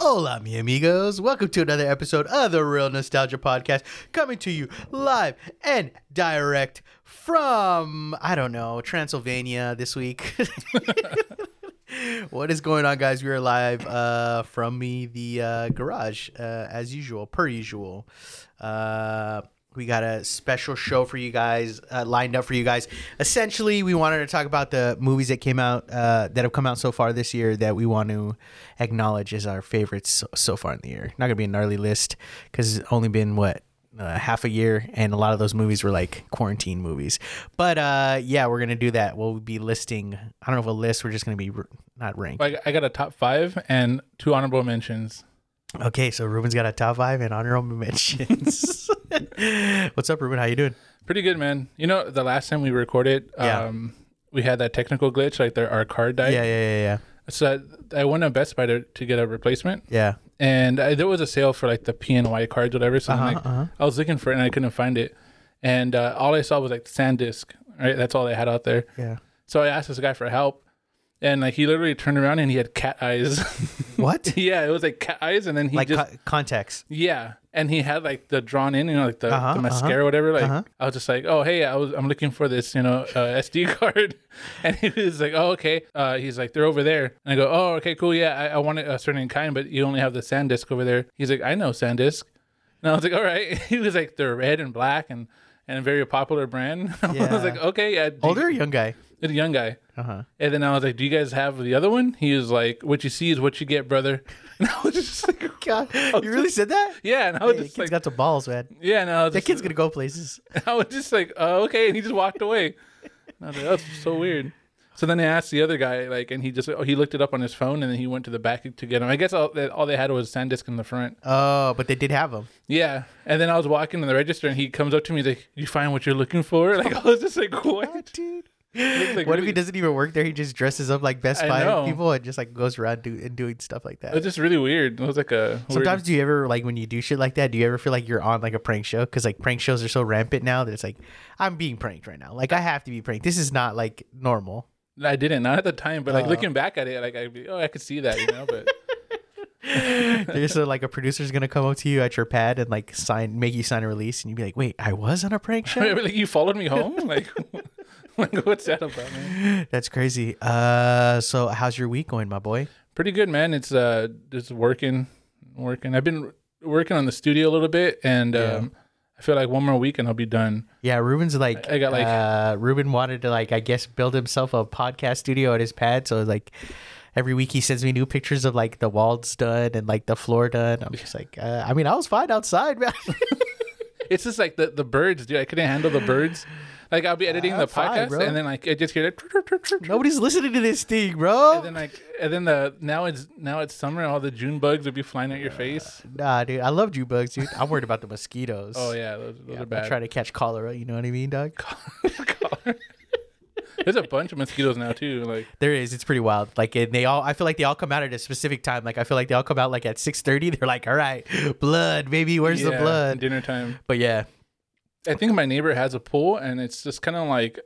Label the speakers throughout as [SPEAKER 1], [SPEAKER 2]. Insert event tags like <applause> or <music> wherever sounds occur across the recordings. [SPEAKER 1] Hola, mi amigos. Welcome to another episode of the Real Nostalgia Podcast, coming to you live and direct from, I don't know, Transylvania this week. <laughs> what is going on, guys? We are live uh, from me, the uh, garage, uh, as usual, per usual. Uh, we got a special show for you guys uh, lined up for you guys. Essentially, we wanted to talk about the movies that came out uh, that have come out so far this year that we want to acknowledge as our favorites so, so far in the year. Not gonna be a gnarly list because it's only been what uh, half a year, and a lot of those movies were like quarantine movies. But uh, yeah, we're gonna do that. We'll be listing. I don't know if a list. We're just gonna be r- not ranked.
[SPEAKER 2] Like I got a top five and two honorable mentions.
[SPEAKER 1] Okay, so Ruben's got a top five and honorable mentions. <laughs> What's up, Ruben? How you doing?
[SPEAKER 2] Pretty good, man. You know, the last time we recorded,
[SPEAKER 1] Yeah.
[SPEAKER 2] um, we had that technical glitch, like there our card died.
[SPEAKER 1] Yeah, yeah, yeah, yeah,
[SPEAKER 2] So I, I went to Best Buy to, to get a replacement,
[SPEAKER 1] yeah.
[SPEAKER 2] and I, there was a sale for like the PNY cards, whatever. So I'm
[SPEAKER 1] Uh-huh,
[SPEAKER 2] like,
[SPEAKER 1] uh-huh.
[SPEAKER 2] I was looking for it and I couldn't find it, and uh, all I saw was like SanDisk. Right, that's all they had out there.
[SPEAKER 1] Yeah.
[SPEAKER 2] So I asked this guy for help, and like he literally turned around and he had cat eyes. <laughs>
[SPEAKER 1] What?
[SPEAKER 2] yeah, it was like cat eyes, and then he
[SPEAKER 1] like
[SPEAKER 2] just
[SPEAKER 1] co- contacts.
[SPEAKER 2] Yeah, and he had like the drawn in, you know, like the,
[SPEAKER 1] Uh-huh,
[SPEAKER 2] the
[SPEAKER 1] uh-huh,
[SPEAKER 2] mascara, or whatever. Like
[SPEAKER 1] uh-huh.
[SPEAKER 2] I was just like, oh hey, I was I'm looking for this, you know, uh, SD <laughs> card, and he was like, oh okay. Uh, he's like, they're over there, and I go, oh okay, cool, yeah, I, I wanted a certain kind, but you only have the SanDisk over there. He's like, I know SanDisk, and I was like, all right. <laughs> He was like, they're red and black and and a very popular brand. <laughs> I
[SPEAKER 1] Yeah.
[SPEAKER 2] was like, okay, yeah, do you-
[SPEAKER 1] Older or Oh, young guy?
[SPEAKER 2] the young guy.
[SPEAKER 1] Uh huh.
[SPEAKER 2] And then I was like, "Do you guys have the other one?" He was like, "What you see is what you get, brother." <laughs> And I was just like, <laughs>
[SPEAKER 1] God, <laughs> you really said that?
[SPEAKER 2] "Yeah," and I was
[SPEAKER 1] Hey,
[SPEAKER 2] just
[SPEAKER 1] kid's
[SPEAKER 2] like,
[SPEAKER 1] got some balls, man.
[SPEAKER 2] "Yeah," and I was
[SPEAKER 1] That
[SPEAKER 2] just,
[SPEAKER 1] kid's gonna go places.
[SPEAKER 2] <laughs> I was just like, oh, okay. And he just walked away. And I was like, that's so weird. So then I asked the other guy, like, and he just oh, he looked it up on his phone, and then he went to the back to get him. I guess all, that- all they had was SanDisk in the front.
[SPEAKER 1] Oh, but they did have him.
[SPEAKER 2] Yeah. And then I was walking to the register, and he comes up to me, he's like, "You find what you're looking for?" <laughs> Like I was just like, "What?"
[SPEAKER 1] dude.
[SPEAKER 2] Looks like
[SPEAKER 1] What if
[SPEAKER 2] really-
[SPEAKER 1] he doesn't even work there? He just dresses up like Best
[SPEAKER 2] I
[SPEAKER 1] Buy
[SPEAKER 2] know.
[SPEAKER 1] people and just like goes around do- and doing stuff like
[SPEAKER 2] It was
[SPEAKER 1] that.
[SPEAKER 2] just really weird. It was like a weird-
[SPEAKER 1] Sometimes do you ever like when you do shit like that? Do you ever feel like you're on like a prank show? Because like prank shows are so rampant now that it's like I'm being pranked right now. Like I have to be pranked. This is not like normal.
[SPEAKER 2] I didn't not at the time, but like
[SPEAKER 1] Oh.
[SPEAKER 2] looking back at it, like I oh I could see that, you know. But <laughs>
[SPEAKER 1] There's a, like a producer's gonna come up to you at your pad and like sign make you sign a release, and you'd be like, "Wait, I was on a prank show."
[SPEAKER 2] like you followed me home, like <laughs> like what's that about, man?
[SPEAKER 1] That's crazy. Uh, so how's your week going, my boy?
[SPEAKER 2] pretty good man it's uh just working working i've been working on the studio a little bit and um i feel like one more week and i'll be done
[SPEAKER 1] Yeah, Ruben's like
[SPEAKER 2] I got, like-
[SPEAKER 1] uh, Ruben wanted to like I guess build himself a podcast studio at his pad. So like every week he sends me new pictures of like the walls done and like the floor done. I'm just like, uh, I mean, I was fine outside, man. <laughs>
[SPEAKER 2] it's just like the, the birds dude i couldn't handle the
[SPEAKER 1] <laughs>
[SPEAKER 2] birds like i'll be editing
[SPEAKER 1] Ah,
[SPEAKER 2] the
[SPEAKER 1] fine,
[SPEAKER 2] podcast
[SPEAKER 1] bro.
[SPEAKER 2] and then like i just hear like, "Trrr, trrr, trrr, trrr."
[SPEAKER 1] Nobody's listening to this thing, bro.
[SPEAKER 2] and then like and then the now it's now it's summer and all the june bugs would be flying at your face
[SPEAKER 1] nah, dude, I love you bugs, dude. I'm worried about the mosquitoes.
[SPEAKER 2] oh yeah those, those are
[SPEAKER 1] I'm trying
[SPEAKER 2] bad
[SPEAKER 1] to catch cholera. You know what I mean,
[SPEAKER 2] <laughs>
[SPEAKER 1] dog?
[SPEAKER 2] there's a bunch of mosquitoes now too like
[SPEAKER 1] There is. It's pretty wild. Like and they all. I feel like they all come out at a specific time. Like I feel like they all come out like at six thirty. They're like, all right, blood, baby. Where's the
[SPEAKER 2] yeah,
[SPEAKER 1] blood?
[SPEAKER 2] dinner time
[SPEAKER 1] But yeah,
[SPEAKER 2] I think my neighbor has a pool, and it's just kind of like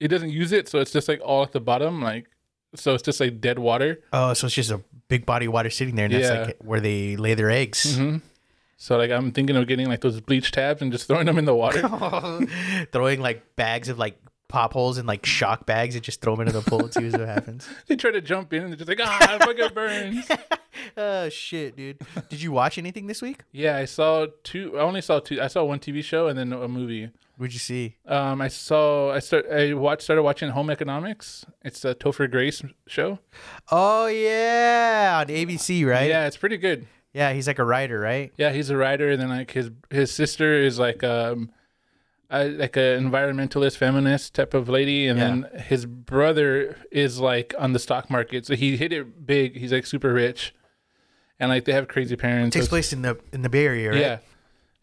[SPEAKER 2] he doesn't use it, so it's just like all at the bottom, like so it's just like dead water.
[SPEAKER 1] Oh, so it's just a big body of water sitting there, and
[SPEAKER 2] Yeah.
[SPEAKER 1] that's like where they lay their eggs.
[SPEAKER 2] hmm So like I'm thinking of getting like those bleach tabs and just <laughs> throwing them in the water.
[SPEAKER 1] <laughs> Throwing like bags of like pop holes and like shock bags and just throw them into the pool and see what happens.
[SPEAKER 2] they try to jump in and they're just like ah, I fucking burns.
[SPEAKER 1] <laughs> oh shit, dude! Did you watch anything this week?
[SPEAKER 2] yeah, I saw two. I only saw two. I saw one TV show and then a movie.
[SPEAKER 1] What'd you see?
[SPEAKER 2] Um, I saw I start I watched started watching Home Economics. It's a Topher Grace show.
[SPEAKER 1] Oh yeah, on ABC, right?
[SPEAKER 2] Yeah, it's pretty good.
[SPEAKER 1] Yeah, he's like a writer, right?
[SPEAKER 2] Yeah, he's a writer, and then like his his sister is like um, I, like a environmentalist feminist type of lady, and then his brother is like on the stock market, so he hit it big. He's like super rich, and like they have crazy parents.
[SPEAKER 1] Takes
[SPEAKER 2] So it's-
[SPEAKER 1] place in the in the Bay Area, right?
[SPEAKER 2] yeah,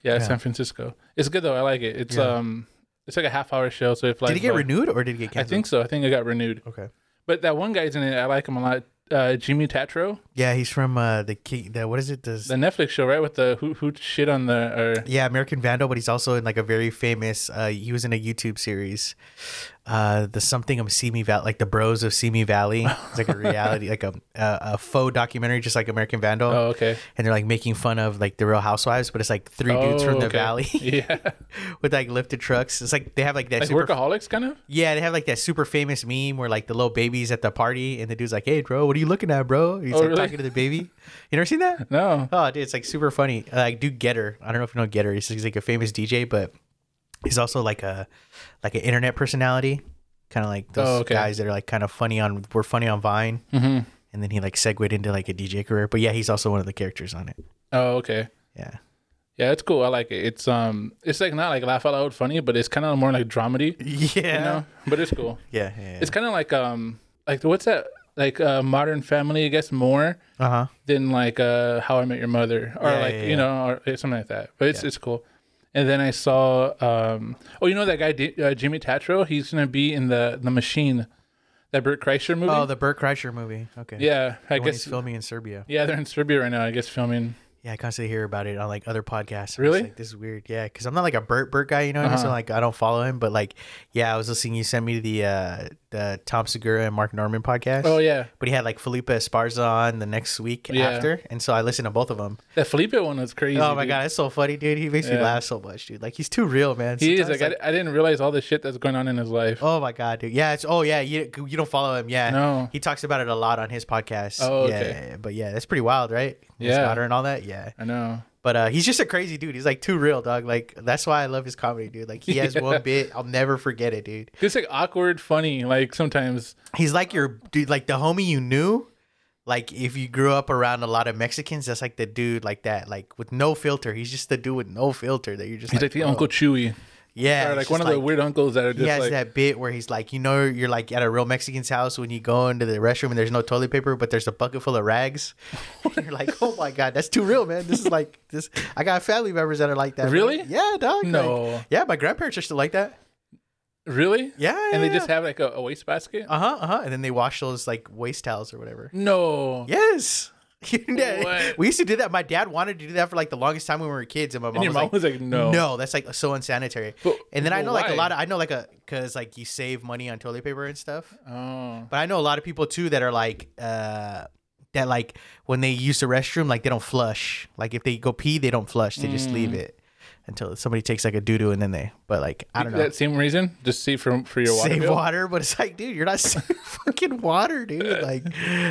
[SPEAKER 2] yeah, San Francisco. It's good though. I like it. It's
[SPEAKER 1] Yeah.
[SPEAKER 2] um, it's like a half hour show, so it flies.
[SPEAKER 1] Did it get
[SPEAKER 2] by.
[SPEAKER 1] renewed or did it get
[SPEAKER 2] I
[SPEAKER 1] canceled?
[SPEAKER 2] think so. I think it got renewed.
[SPEAKER 1] Okay.
[SPEAKER 2] But that one guy's in it. I like him a lot. Uh, Jimmy Tatro,
[SPEAKER 1] Yeah, he's from uh, the King. The, what is it? The
[SPEAKER 2] the Netflix show, right? With the who who shit on the or
[SPEAKER 1] Yeah, American Vandal, but he's also in like a very famous. Uh, he was in a YouTube series. uh, the something of Simi Valley, like the Bros of Simi Valley. It's like a reality, like a, a a faux documentary, just like American Vandal.
[SPEAKER 2] Oh, okay.
[SPEAKER 1] And they're like making fun of like the Real Housewives, but it's like three dudes
[SPEAKER 2] Oh,
[SPEAKER 1] from the
[SPEAKER 2] okay.
[SPEAKER 1] valley
[SPEAKER 2] <laughs>
[SPEAKER 1] <laughs>
[SPEAKER 2] yeah.
[SPEAKER 1] with like lifted trucks. It's like they have like that
[SPEAKER 2] Like
[SPEAKER 1] super
[SPEAKER 2] workaholics, kind of.
[SPEAKER 1] yeah, they have like that super famous meme where like the little baby's at the party and the dude's like, "Hey, bro, what are you looking at, bro?" He's
[SPEAKER 2] Oh,
[SPEAKER 1] like
[SPEAKER 2] really?
[SPEAKER 1] talking to the baby. You never seen that?
[SPEAKER 2] No.
[SPEAKER 1] Oh, dude, it's like super funny. Like, dude, Getter. I don't know if you know Getter. He's, he's like a famous DJ, but he's also like a like an internet personality, kind of like those
[SPEAKER 2] Oh, okay.
[SPEAKER 1] guys that are like kind of funny on were funny on Vine,
[SPEAKER 2] hmm
[SPEAKER 1] and then he like segued into like a DJ career. But yeah, he's also one of the characters on it.
[SPEAKER 2] Oh, okay.
[SPEAKER 1] Yeah,
[SPEAKER 2] Yeah, it's cool. I like it. It's um, it's like not like laugh out loud funny, but it's kind of more like dramedy.
[SPEAKER 1] yeah,
[SPEAKER 2] You know, but it's cool.
[SPEAKER 1] yeah, yeah.
[SPEAKER 2] It's kind of like um, like what's that? Like uh, Modern Family, I guess more
[SPEAKER 1] Uh huh.
[SPEAKER 2] than like uh, How I Met Your Mother or
[SPEAKER 1] Yeah,
[SPEAKER 2] like
[SPEAKER 1] yeah, yeah.
[SPEAKER 2] you know or something like that. But it's it's cool. And then I saw um, oh you know that guy Di- uh, Jimmy Tatro, he's gonna be in the the Machine, that Burt Kreischer movie.
[SPEAKER 1] Oh, the Burt Kreischer movie. Okay.
[SPEAKER 2] yeah, I
[SPEAKER 1] When he's
[SPEAKER 2] guess.
[SPEAKER 1] filming in Serbia.
[SPEAKER 2] Yeah, they're in Serbia right now. I guess filming.
[SPEAKER 1] Yeah, I constantly hear about it on like other podcasts. I'm just
[SPEAKER 2] Really?
[SPEAKER 1] Like, this is weird. Yeah, because I'm not like a Burt Burt guy, you know. What I mean? So
[SPEAKER 2] Uh-huh.
[SPEAKER 1] like I don't follow him, but like yeah, I was listening. You sent me the uh the Tom Segura and Mark Norman podcast.
[SPEAKER 2] Oh yeah,
[SPEAKER 1] But he had like Felipe Esparza on the next week
[SPEAKER 2] Yeah.
[SPEAKER 1] after, and so I listened to both of them.
[SPEAKER 2] that Felipe one was crazy.
[SPEAKER 1] oh my
[SPEAKER 2] dude.
[SPEAKER 1] god, it's so funny, dude. He makes me
[SPEAKER 2] Yeah.
[SPEAKER 1] laugh so much, dude. Like he's too real, man.
[SPEAKER 2] He is
[SPEAKER 1] Sometimes,
[SPEAKER 2] like, I, I didn't realize all the shit that's going on in his life.
[SPEAKER 1] Oh my god, dude. Yeah, it's oh yeah, you you don't follow him, yeah.
[SPEAKER 2] No.
[SPEAKER 1] He talks about it a lot on his podcast.
[SPEAKER 2] Oh,
[SPEAKER 1] yeah,
[SPEAKER 2] okay.
[SPEAKER 1] yeah, yeah. But yeah, that's pretty wild, right? His
[SPEAKER 2] Yeah.
[SPEAKER 1] daughter and all that. Yeah.
[SPEAKER 2] I know.
[SPEAKER 1] But uh, he's just a crazy dude. He's like too real, dog. Like that's why I love his comedy, dude. Like he has
[SPEAKER 2] <laughs> Yeah.
[SPEAKER 1] one bit, I'll never forget it, dude.
[SPEAKER 2] It's like awkward, funny, like sometimes.
[SPEAKER 1] He's like your dude, like the homie you knew. Like if you grew up around a lot of Mexicans, that's like the dude like that, like with no filter. He's just the dude with no filter that you're just.
[SPEAKER 2] He's like, the
[SPEAKER 1] bro.
[SPEAKER 2] Uncle Chewy.
[SPEAKER 1] Yeah, it's
[SPEAKER 2] or like
[SPEAKER 1] just
[SPEAKER 2] one of the weird uncles that are
[SPEAKER 1] He
[SPEAKER 2] just
[SPEAKER 1] has
[SPEAKER 2] like,
[SPEAKER 1] that bit where he's like, you know, you're like at a real Mexican's house when you go into the restroom and there's no toilet paper, but there's a bucket full of rags. <laughs> you're like, oh my god, that's too real, man. This is like this. I got family members that are like that. bro.
[SPEAKER 2] Really?
[SPEAKER 1] Yeah, dog. like-
[SPEAKER 2] no.
[SPEAKER 1] Yeah, my grandparents are still like that.
[SPEAKER 2] Really?
[SPEAKER 1] Yeah,
[SPEAKER 2] And they just have like a, a wastebasket?
[SPEAKER 1] uh huh, uh huh, and then they wash those like waste towels or whatever.
[SPEAKER 2] no.
[SPEAKER 1] Yes. <laughs> Yeah.
[SPEAKER 2] What?
[SPEAKER 1] We used to do that. My dad wanted to do that for like the longest time when we were kids, and my mom,
[SPEAKER 2] And your
[SPEAKER 1] was,
[SPEAKER 2] mom
[SPEAKER 1] like,
[SPEAKER 2] was like, no.
[SPEAKER 1] no, that's like so unsanitary."
[SPEAKER 2] But-
[SPEAKER 1] and then I
[SPEAKER 2] but
[SPEAKER 1] know like a
[SPEAKER 2] why?
[SPEAKER 1] lot of I know like a because like you save money on toilet paper and stuff,
[SPEAKER 2] Oh.
[SPEAKER 1] but I know a lot of people too that are like uh that like when they use the restroom like they don't flush. Like if they go pee, they don't flush. They just leave
[SPEAKER 2] Mm.
[SPEAKER 1] it until somebody takes like a doo doo and then they. But like I don't know.
[SPEAKER 2] That same reason? Just see for, for your water.
[SPEAKER 1] save
[SPEAKER 2] bill?
[SPEAKER 1] water, but it's like, dude, you're not <laughs> saving fucking water, dude. Like,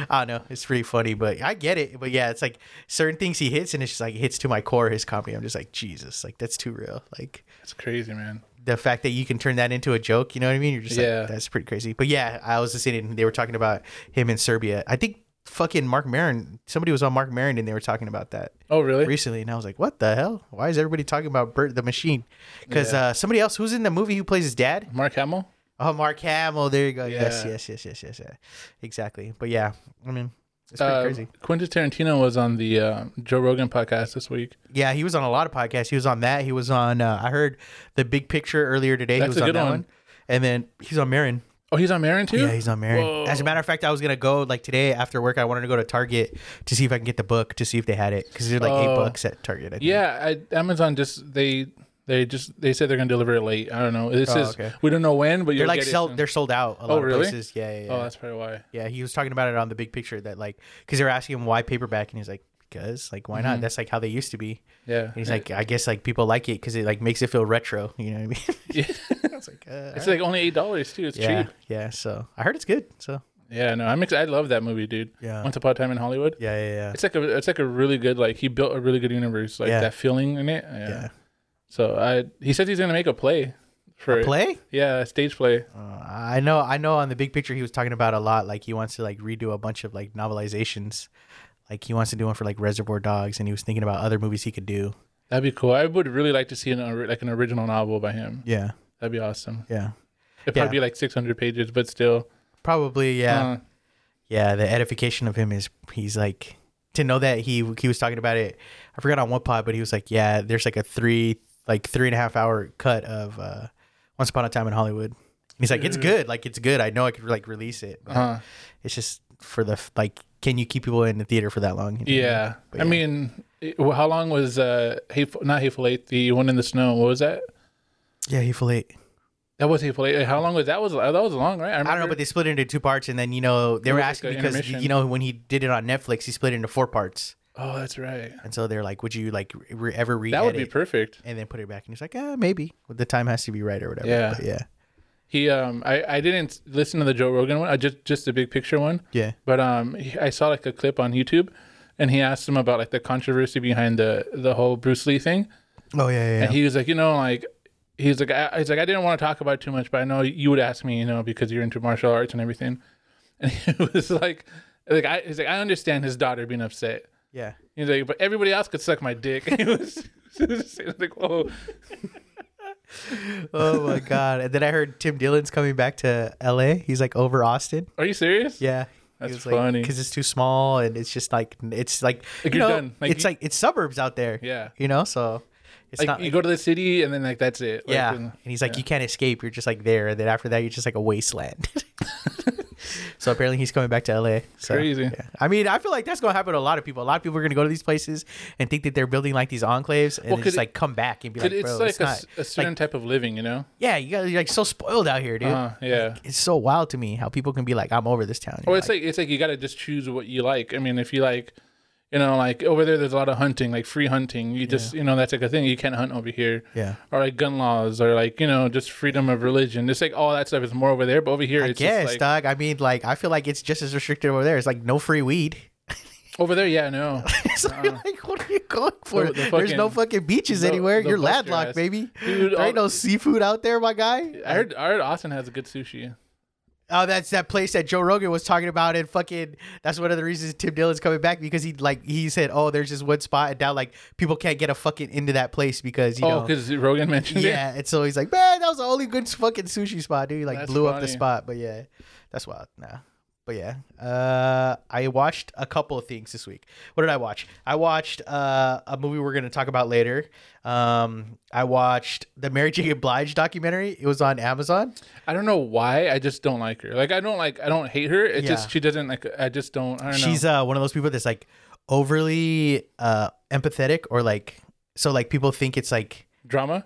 [SPEAKER 1] I don't know, it's pretty funny, but I get it. But yeah, it's like certain things he hits, and it's just like it hits to my core. His comedy, I'm just like, Jesus, like that's too real. Like
[SPEAKER 2] That's crazy, man.
[SPEAKER 1] the fact that you can turn that into a joke, you know what I mean? You're just
[SPEAKER 2] Yeah.
[SPEAKER 1] like, that's pretty crazy. But yeah, I was listening, and they were talking about him in Serbia. I think fucking Mark Maron, somebody was on Mark Maron, and they were talking about that
[SPEAKER 2] Oh, really?
[SPEAKER 1] recently, and I was like, what the hell? Why is everybody talking about Bert the Machine? Because
[SPEAKER 2] Yeah.
[SPEAKER 1] uh, somebody else who's in the movie who plays his dad.
[SPEAKER 2] Mark Hamill?
[SPEAKER 1] Oh, Mark Hamill. There you go. Yes,
[SPEAKER 2] Yeah.
[SPEAKER 1] yes, yes, yes, yes, yes. Exactly. But yeah, I mean, it's pretty
[SPEAKER 2] Uh,
[SPEAKER 1] crazy.
[SPEAKER 2] Quentin Tarantino was on the uh, Joe Rogan podcast this week.
[SPEAKER 1] Yeah, he was on a lot of podcasts. He was on that. He was on. Uh, I heard the Big Picture earlier today. he
[SPEAKER 2] That's
[SPEAKER 1] was
[SPEAKER 2] a
[SPEAKER 1] on
[SPEAKER 2] good
[SPEAKER 1] that
[SPEAKER 2] one.
[SPEAKER 1] one. And then he's on Marin.
[SPEAKER 2] Oh, he's on Marin too?
[SPEAKER 1] Yeah, he's on Marin.
[SPEAKER 2] Whoa.
[SPEAKER 1] As a matter of fact, I was gonna go like today after work. I wanted to go to Target to see if I can get the book to see if they had it because they're like eight
[SPEAKER 2] Oh.
[SPEAKER 1] bucks at Target. I think.
[SPEAKER 2] Yeah, I, Amazon just they they just they said they're gonna deliver it late. I don't know. This
[SPEAKER 1] Oh,
[SPEAKER 2] is
[SPEAKER 1] okay.
[SPEAKER 2] we don't know when, but
[SPEAKER 1] they're
[SPEAKER 2] you'll
[SPEAKER 1] like
[SPEAKER 2] get it
[SPEAKER 1] sold.
[SPEAKER 2] soon. Oh,
[SPEAKER 1] They're sold out. A lot of
[SPEAKER 2] really?
[SPEAKER 1] places. Yeah, yeah. yeah.
[SPEAKER 2] Oh, that's probably why.
[SPEAKER 1] Yeah, he was talking about it on the big picture that like because they were asking him why paperback and he's like because like why
[SPEAKER 2] Mm-hmm.
[SPEAKER 1] not that's like how they used to be
[SPEAKER 2] Yeah,
[SPEAKER 1] And he's like I guess like people like it because it like makes it feel retro you know what I mean <laughs>
[SPEAKER 2] Yeah.
[SPEAKER 1] I was like uh,
[SPEAKER 2] it's
[SPEAKER 1] alright.
[SPEAKER 2] like only eight dollars too. It's
[SPEAKER 1] yeah
[SPEAKER 2] cheap.
[SPEAKER 1] yeah so I heard it's good so
[SPEAKER 2] Yeah, no, I'm ex- I love that movie, dude.
[SPEAKER 1] Yeah.
[SPEAKER 2] Once Upon a Time in Hollywood.
[SPEAKER 1] yeah yeah yeah
[SPEAKER 2] It's like a it's like a really good like he built a really good universe like
[SPEAKER 1] Yeah.
[SPEAKER 2] that feeling in it. Yeah.
[SPEAKER 1] Yeah.
[SPEAKER 2] So I he says he's gonna make a play for it.
[SPEAKER 1] play
[SPEAKER 2] Yeah, a stage play.
[SPEAKER 1] uh, I know I know on the big picture he was talking about a lot like he wants to like redo a bunch of like novelizations like he wants to do one for like Reservoir Dogs and he was thinking about other movies he could do
[SPEAKER 2] That'd be cool. I would really like to see an or- like an original novel by him.
[SPEAKER 1] yeah
[SPEAKER 2] That'd be awesome.
[SPEAKER 1] yeah
[SPEAKER 2] It'd
[SPEAKER 1] Yeah.
[SPEAKER 2] probably be like 600 pages, but still.
[SPEAKER 1] probably yeah
[SPEAKER 2] Uh,
[SPEAKER 1] yeah the edification of him is he's like to know that he he was talking about it i forgot on what pod but he was like yeah there's like a three like three and a half hour cut of uh once upon a time in hollywood and he's like it's good like it's good i know i could like release it but
[SPEAKER 2] uh,
[SPEAKER 1] it's just for the f- like can you keep people in the theater for that long you know?
[SPEAKER 2] Yeah.
[SPEAKER 1] But
[SPEAKER 2] I
[SPEAKER 1] yeah.
[SPEAKER 2] mean, it- well, how long was uh hateful not hateful eight the one in the snow? What was that?
[SPEAKER 1] yeah hateful eight
[SPEAKER 2] That was Hateful Eight. How long was that? Was that was long, right?
[SPEAKER 1] I don't know, but they split it into two parts, and then you know they
[SPEAKER 2] It
[SPEAKER 1] were
[SPEAKER 2] was like
[SPEAKER 1] asking
[SPEAKER 2] a
[SPEAKER 1] because
[SPEAKER 2] intermission.
[SPEAKER 1] you know when he did it on Netflix, he split it into four parts,
[SPEAKER 2] oh, that's right.
[SPEAKER 1] and so they're like, "Would you like re- ever read
[SPEAKER 2] That would be
[SPEAKER 1] it
[SPEAKER 2] perfect.
[SPEAKER 1] and then put it back?" And he's like, "Ah, maybe. Well, the time has to be right or whatever."
[SPEAKER 2] Yeah.
[SPEAKER 1] But yeah,
[SPEAKER 2] He um, I, I didn't listen to the Joe Rogan one. I just just the big picture one.
[SPEAKER 1] yeah.
[SPEAKER 2] But um, he- I saw like a clip on YouTube, and he asked him about like the controversy behind the the whole Bruce Lee thing,
[SPEAKER 1] Oh yeah, yeah.
[SPEAKER 2] and he was like, you know, like. He's like, I, he's like, I didn't want to talk about it too much, but I know you would ask me, you know, because you're into martial arts and everything. <laughs> And he was like, like I, he's like, I understand his daughter being upset.
[SPEAKER 1] yeah.
[SPEAKER 2] He's like, but everybody else could suck my dick. <laughs> it was, it was like, whoa,
[SPEAKER 1] Oh my <laughs> god! And then I heard Tim Dillon's coming back to L.A. He's like over Austin.
[SPEAKER 2] are you serious?
[SPEAKER 1] Yeah.
[SPEAKER 2] That's funny.
[SPEAKER 1] Because it's too small, and it's just like it's like,
[SPEAKER 2] Like,
[SPEAKER 1] you
[SPEAKER 2] you're
[SPEAKER 1] know,
[SPEAKER 2] done. Like,
[SPEAKER 1] it's
[SPEAKER 2] you-
[SPEAKER 1] like it's suburbs out there.
[SPEAKER 2] Yeah.
[SPEAKER 1] You know, so it's
[SPEAKER 2] Like,
[SPEAKER 1] not.
[SPEAKER 2] you go to the city and then like that's it. Like,
[SPEAKER 1] yeah.
[SPEAKER 2] and-
[SPEAKER 1] and he's like, you can't escape. You're just like there. And then after that, you're just like a wasteland. <laughs> so apparently, he's coming back to LA. So,
[SPEAKER 2] Crazy.
[SPEAKER 1] yeah. I mean, I feel like that's gonna happen to a lot of people. A lot of people are gonna go to these places and think that they're building like these enclaves, and then
[SPEAKER 2] Well, could
[SPEAKER 1] just
[SPEAKER 2] it-
[SPEAKER 1] like come back and be like,
[SPEAKER 2] But
[SPEAKER 1] bro,
[SPEAKER 2] it's
[SPEAKER 1] it's,
[SPEAKER 2] like a,
[SPEAKER 1] not.
[SPEAKER 2] s- a certain type of living, you know?
[SPEAKER 1] yeah, you guys, you're like so spoiled out here, dude.
[SPEAKER 2] Uh, yeah.
[SPEAKER 1] It's so wild to me how people can be like, I'm over this town.
[SPEAKER 2] Or it's like it's like you got to just choose what you like. I mean, if you like, you know, like over there, there's a lot of hunting, like free hunting. You just, you know, that's like a thing. You can't hunt over here.
[SPEAKER 1] Yeah.
[SPEAKER 2] Or like gun laws, or like you know, just freedom of religion. It's like all that stuff is more over there, but over here,
[SPEAKER 1] I
[SPEAKER 2] it's
[SPEAKER 1] guess,
[SPEAKER 2] just like
[SPEAKER 1] dog. I mean, like, I feel like it's just as restricted over there. It's like no free weed.
[SPEAKER 2] over there.
[SPEAKER 1] <laughs>
[SPEAKER 2] Yeah, no.
[SPEAKER 1] so you're like, what are you going for?
[SPEAKER 2] Uh, The- the
[SPEAKER 1] There's no
[SPEAKER 2] fucking-
[SPEAKER 1] fucking beaches
[SPEAKER 2] the-
[SPEAKER 1] anywhere.
[SPEAKER 2] the
[SPEAKER 1] you're
[SPEAKER 2] bust your
[SPEAKER 1] landlocked,
[SPEAKER 2] ass.
[SPEAKER 1] baby.
[SPEAKER 2] Dude,
[SPEAKER 1] there ain't
[SPEAKER 2] all-
[SPEAKER 1] no seafood out there, my guy.
[SPEAKER 2] I heard, I heard Austin has a good sushi.
[SPEAKER 1] Oh, that's that place that Joe Rogan was talking about, and fucking. That's one of the reasons Tim Dillon's coming back because he like he said, oh, there's this one spot, and now like people can't get a fucking into that place because you know.
[SPEAKER 2] Oh, because Rogan <laughs> mentioned it.
[SPEAKER 1] Yeah, and so he's like, man, that was the only good fucking sushi spot, dude. He, Like
[SPEAKER 2] That's
[SPEAKER 1] blew up the
[SPEAKER 2] funny.
[SPEAKER 1] spot, but yeah, that's wild. Nah, but yeah, uh, I watched a couple of things this week. What did I watch? I watched uh, a movie we're gonna talk about later. Um, I watched the Mary J. Blige documentary. It was on Amazon.
[SPEAKER 2] I don't know why. I just don't like her. Like I don't like. I don't hate her. It's
[SPEAKER 1] Yeah.
[SPEAKER 2] just she doesn't like. I just don't. I don't
[SPEAKER 1] She's
[SPEAKER 2] know.
[SPEAKER 1] uh, one of those people that's like overly uh, empathetic, or like so like people think it's like
[SPEAKER 2] drama.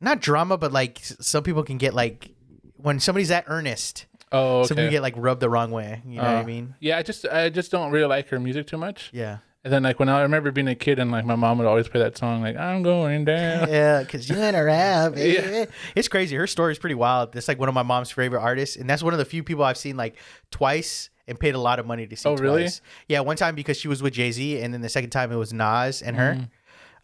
[SPEAKER 1] not drama, but like s- some people can get like when somebody's that earnest.
[SPEAKER 2] Oh, okay.
[SPEAKER 1] Some people get like rubbed the wrong way. You know what I
[SPEAKER 2] Uh,
[SPEAKER 1] mean?
[SPEAKER 2] Yeah, I just I just don't really like her music too much.
[SPEAKER 1] Yeah.
[SPEAKER 2] And then like when I remember being a kid and like my mom would always play that song like I'm going
[SPEAKER 1] <laughs>
[SPEAKER 2] down.
[SPEAKER 1] Yeah, because you ain't around. baby.
[SPEAKER 2] <laughs> Yeah.
[SPEAKER 1] It's crazy. Her story is pretty wild. It's like one of my mom's favorite artists. And that's one of the few people I've seen like twice and paid a lot of money to see
[SPEAKER 2] Oh, really?
[SPEAKER 1] twice. Yeah, one time because she was with Jay Z. And then the second time it was Nas and
[SPEAKER 2] Mm.
[SPEAKER 1] her.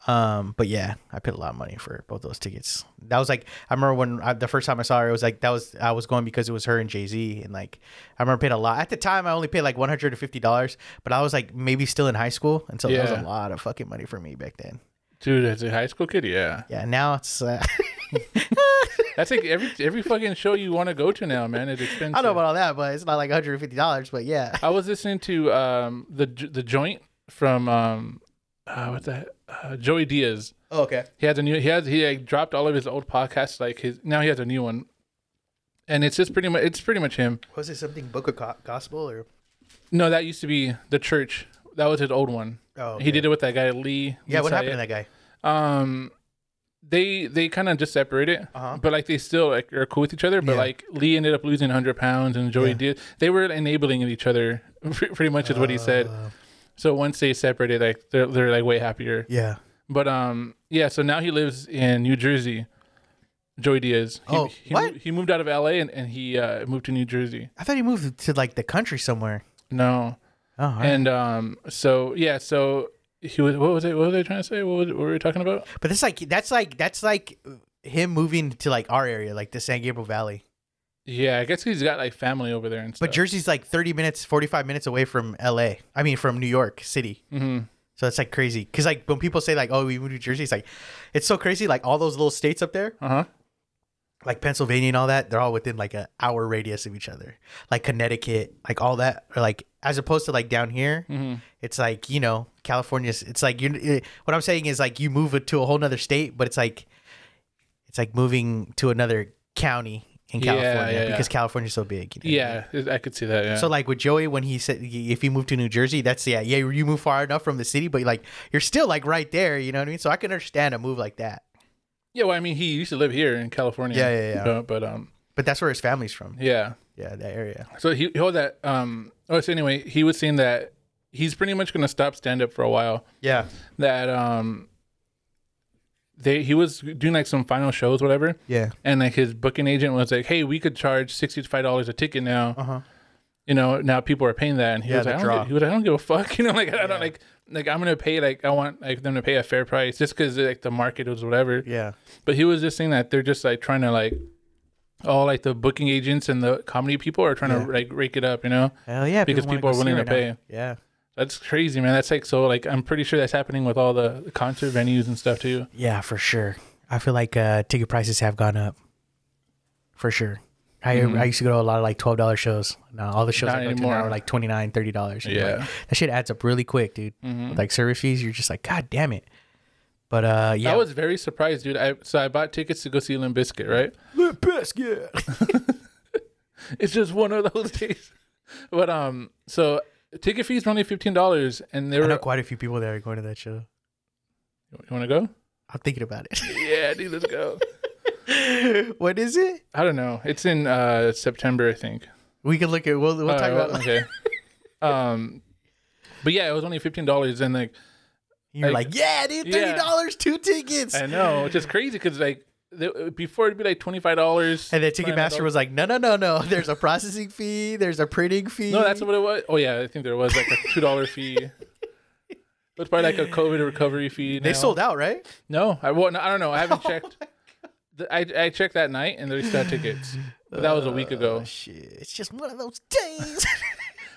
[SPEAKER 1] Um, but yeah, I paid a lot of money for both those tickets. That was like I remember when I, the first time I saw her, it was like that was I was going because it was her and Jay Z, and like I remember paying a lot at the time. I only paid like one hundred and fifty dollars, but I was like maybe still in high school, and so that was
[SPEAKER 2] Yeah.
[SPEAKER 1] a lot of fucking money for me back then.
[SPEAKER 2] Dude, as a high school kid, yeah.
[SPEAKER 1] Yeah, now it's. Uh, <laughs>
[SPEAKER 2] That's like every every fucking show you want to go to now, man. It's
[SPEAKER 1] <laughs>
[SPEAKER 2] expensive.
[SPEAKER 1] I don't know about all that, but it's not like $150, but yeah.
[SPEAKER 2] I was listening to um the J- the joint from um uh, what's that uh, Joey Diaz.
[SPEAKER 1] Oh, okay.
[SPEAKER 2] He has a new. He has he like, dropped all of his old podcasts. Like his now he has a new one, and it's just pretty much it's pretty much him.
[SPEAKER 1] Was it something Book of Go- Gospel or?
[SPEAKER 2] No, that used to be the church. That was his old one.
[SPEAKER 1] Oh,
[SPEAKER 2] He did it with that guy Lee.
[SPEAKER 1] Yeah,
[SPEAKER 2] Lee
[SPEAKER 1] what happened
[SPEAKER 2] Syatt.
[SPEAKER 1] to that guy?
[SPEAKER 2] um they they kind of just separated
[SPEAKER 1] Uh-huh.
[SPEAKER 2] but like they still like are cool with each other but
[SPEAKER 1] Yeah.
[SPEAKER 2] like lee ended up losing 100 pounds and joey
[SPEAKER 1] Yeah.
[SPEAKER 2] did they were enabling each other <laughs> pre- pretty much is what he said
[SPEAKER 1] Uh,
[SPEAKER 2] so once they separated like they're, they're like way happier
[SPEAKER 1] yeah.
[SPEAKER 2] but um yeah so now he lives in new jersey joey diaz he,
[SPEAKER 1] Oh,
[SPEAKER 2] he,
[SPEAKER 1] what?
[SPEAKER 2] mo- he moved out of la and, and he uh, moved to new jersey
[SPEAKER 1] I thought he moved to like the country somewhere.
[SPEAKER 2] no
[SPEAKER 1] Oh, all right.
[SPEAKER 2] and um so yeah so he was what was it what was i trying to say what, was, what were we talking about
[SPEAKER 1] but it's like, that's like, that's like him moving to like our area, like the San Gabriel Valley.
[SPEAKER 2] yeah i guess he's got like family over there and stuff
[SPEAKER 1] But Jersey's like 30 minutes, 45 minutes away from LA. I mean, from New York City.
[SPEAKER 2] hmm
[SPEAKER 1] So it's like crazy. Cause like when people say like, oh, we moved to Jersey, it's like, it's so crazy. Like all those little states up there,
[SPEAKER 2] Uh huh.
[SPEAKER 1] like Pennsylvania and all that, they're all within like an hour radius of each other. Like Connecticut, like all that, or like as opposed to like down here,
[SPEAKER 2] Mm-hmm.
[SPEAKER 1] it's like you know California's. It's like you. are What I'm saying is like you move it to a whole nother state, but it's like it's like moving to another county in
[SPEAKER 2] Yeah,
[SPEAKER 1] California
[SPEAKER 2] yeah, yeah.
[SPEAKER 1] because California's so big. you know?
[SPEAKER 2] Yeah, it- I could see that. Yeah.
[SPEAKER 1] So like with Joey, when he said if you move to New Jersey, that's yeah, yeah, you move far enough from the city, but like you're still like right there. You know what I mean? So I can understand a move like that.
[SPEAKER 2] Yeah, well, I mean, he used to live here in California.
[SPEAKER 1] Yeah, yeah, yeah.
[SPEAKER 2] But, but um,
[SPEAKER 1] But that's where his family's from.
[SPEAKER 2] yeah.
[SPEAKER 1] Yeah, that area.
[SPEAKER 2] So he hold that. Um. Oh, so anyway, he was saying that he's pretty much going to stop stand up for a while.
[SPEAKER 1] Yeah.
[SPEAKER 2] That um. They he was doing like some final shows, whatever,
[SPEAKER 1] Yeah.
[SPEAKER 2] and like his booking agent was like, "Hey, we could charge sixty five dollars a ticket now.
[SPEAKER 1] Uh-huh.
[SPEAKER 2] You know, now people are paying that." And he
[SPEAKER 1] Yeah,
[SPEAKER 2] was
[SPEAKER 1] the
[SPEAKER 2] like, I
[SPEAKER 1] draw.
[SPEAKER 2] don't, give- he was like, "I don't give a fuck." <laughs> You know, like I don't like like I'm gonna pay like I want like them to pay a fair price just because like the market was whatever.
[SPEAKER 1] Yeah.
[SPEAKER 2] But he was just saying that they're just like trying to like all like the booking agents and the comedy people are trying to like rake it up, you know?
[SPEAKER 1] Hell yeah.
[SPEAKER 2] Because
[SPEAKER 1] wanna go
[SPEAKER 2] people are
[SPEAKER 1] see right
[SPEAKER 2] willing to
[SPEAKER 1] now. Yeah.
[SPEAKER 2] That's crazy, man. That's like so like I'm pretty sure that's happening with all the the concert venues and stuff too.
[SPEAKER 1] Yeah, for sure. I feel like uh, ticket prices have gone up. For sure. I, I used to go to a lot of like twelve dollar shows. Now all the shows
[SPEAKER 2] Mm-hmm. Not
[SPEAKER 1] I go to
[SPEAKER 2] anymore.
[SPEAKER 1] now are like twenty nine, thirty dollars.
[SPEAKER 2] Yeah. Mm-hmm.
[SPEAKER 1] that shit adds up really quick, dude. With, like service fees, you're just like, God damn it. But uh, yeah,
[SPEAKER 2] I was very surprised, dude. I so I bought tickets to go see Limp Bizkit, right?
[SPEAKER 1] Limp
[SPEAKER 2] <laughs>
[SPEAKER 1] Bizkit.
[SPEAKER 2] It's just one of those <laughs> days. But um so ticket fees were only fifteen dollars and they
[SPEAKER 1] I
[SPEAKER 2] were
[SPEAKER 1] know quite a few people that are going to that show.
[SPEAKER 2] You wanna go?
[SPEAKER 1] I'm thinking about
[SPEAKER 2] Yeah, dude, let's go.
[SPEAKER 1] it. <laughs> what is it?
[SPEAKER 2] <laughs> I don't know. It's in uh September, I think.
[SPEAKER 1] We can look at. We'll, we'll talk
[SPEAKER 2] Uh,
[SPEAKER 1] about.
[SPEAKER 2] well, okay. um, but yeah, it was only fifteen dollars, and like
[SPEAKER 1] You're
[SPEAKER 2] like-
[SPEAKER 1] like, yeah, dude,
[SPEAKER 2] Yeah.
[SPEAKER 1] thirty dollars, two tickets.
[SPEAKER 2] I
[SPEAKER 1] And,
[SPEAKER 2] know, which is crazy because like the, before it'd be like twenty five dollars,
[SPEAKER 1] then Ticketmaster was like, no, no, no, no. There's a processing fee. There's a printing fee.
[SPEAKER 2] <laughs> no, that's what it was. Oh yeah, I think there was like a two
[SPEAKER 1] <laughs>
[SPEAKER 2] dollar fee. It's probably like a COVID recovery fee.
[SPEAKER 1] they
[SPEAKER 2] now.
[SPEAKER 1] sold Oh out, right?
[SPEAKER 2] No, I well, no, I don't know. I
[SPEAKER 1] <laughs>
[SPEAKER 2] haven't checked. The- I, I checked that night and they still had tickets. But that was a week ago.
[SPEAKER 1] Oh, shit, it's just one of
[SPEAKER 2] <laughs>
[SPEAKER 1] those days.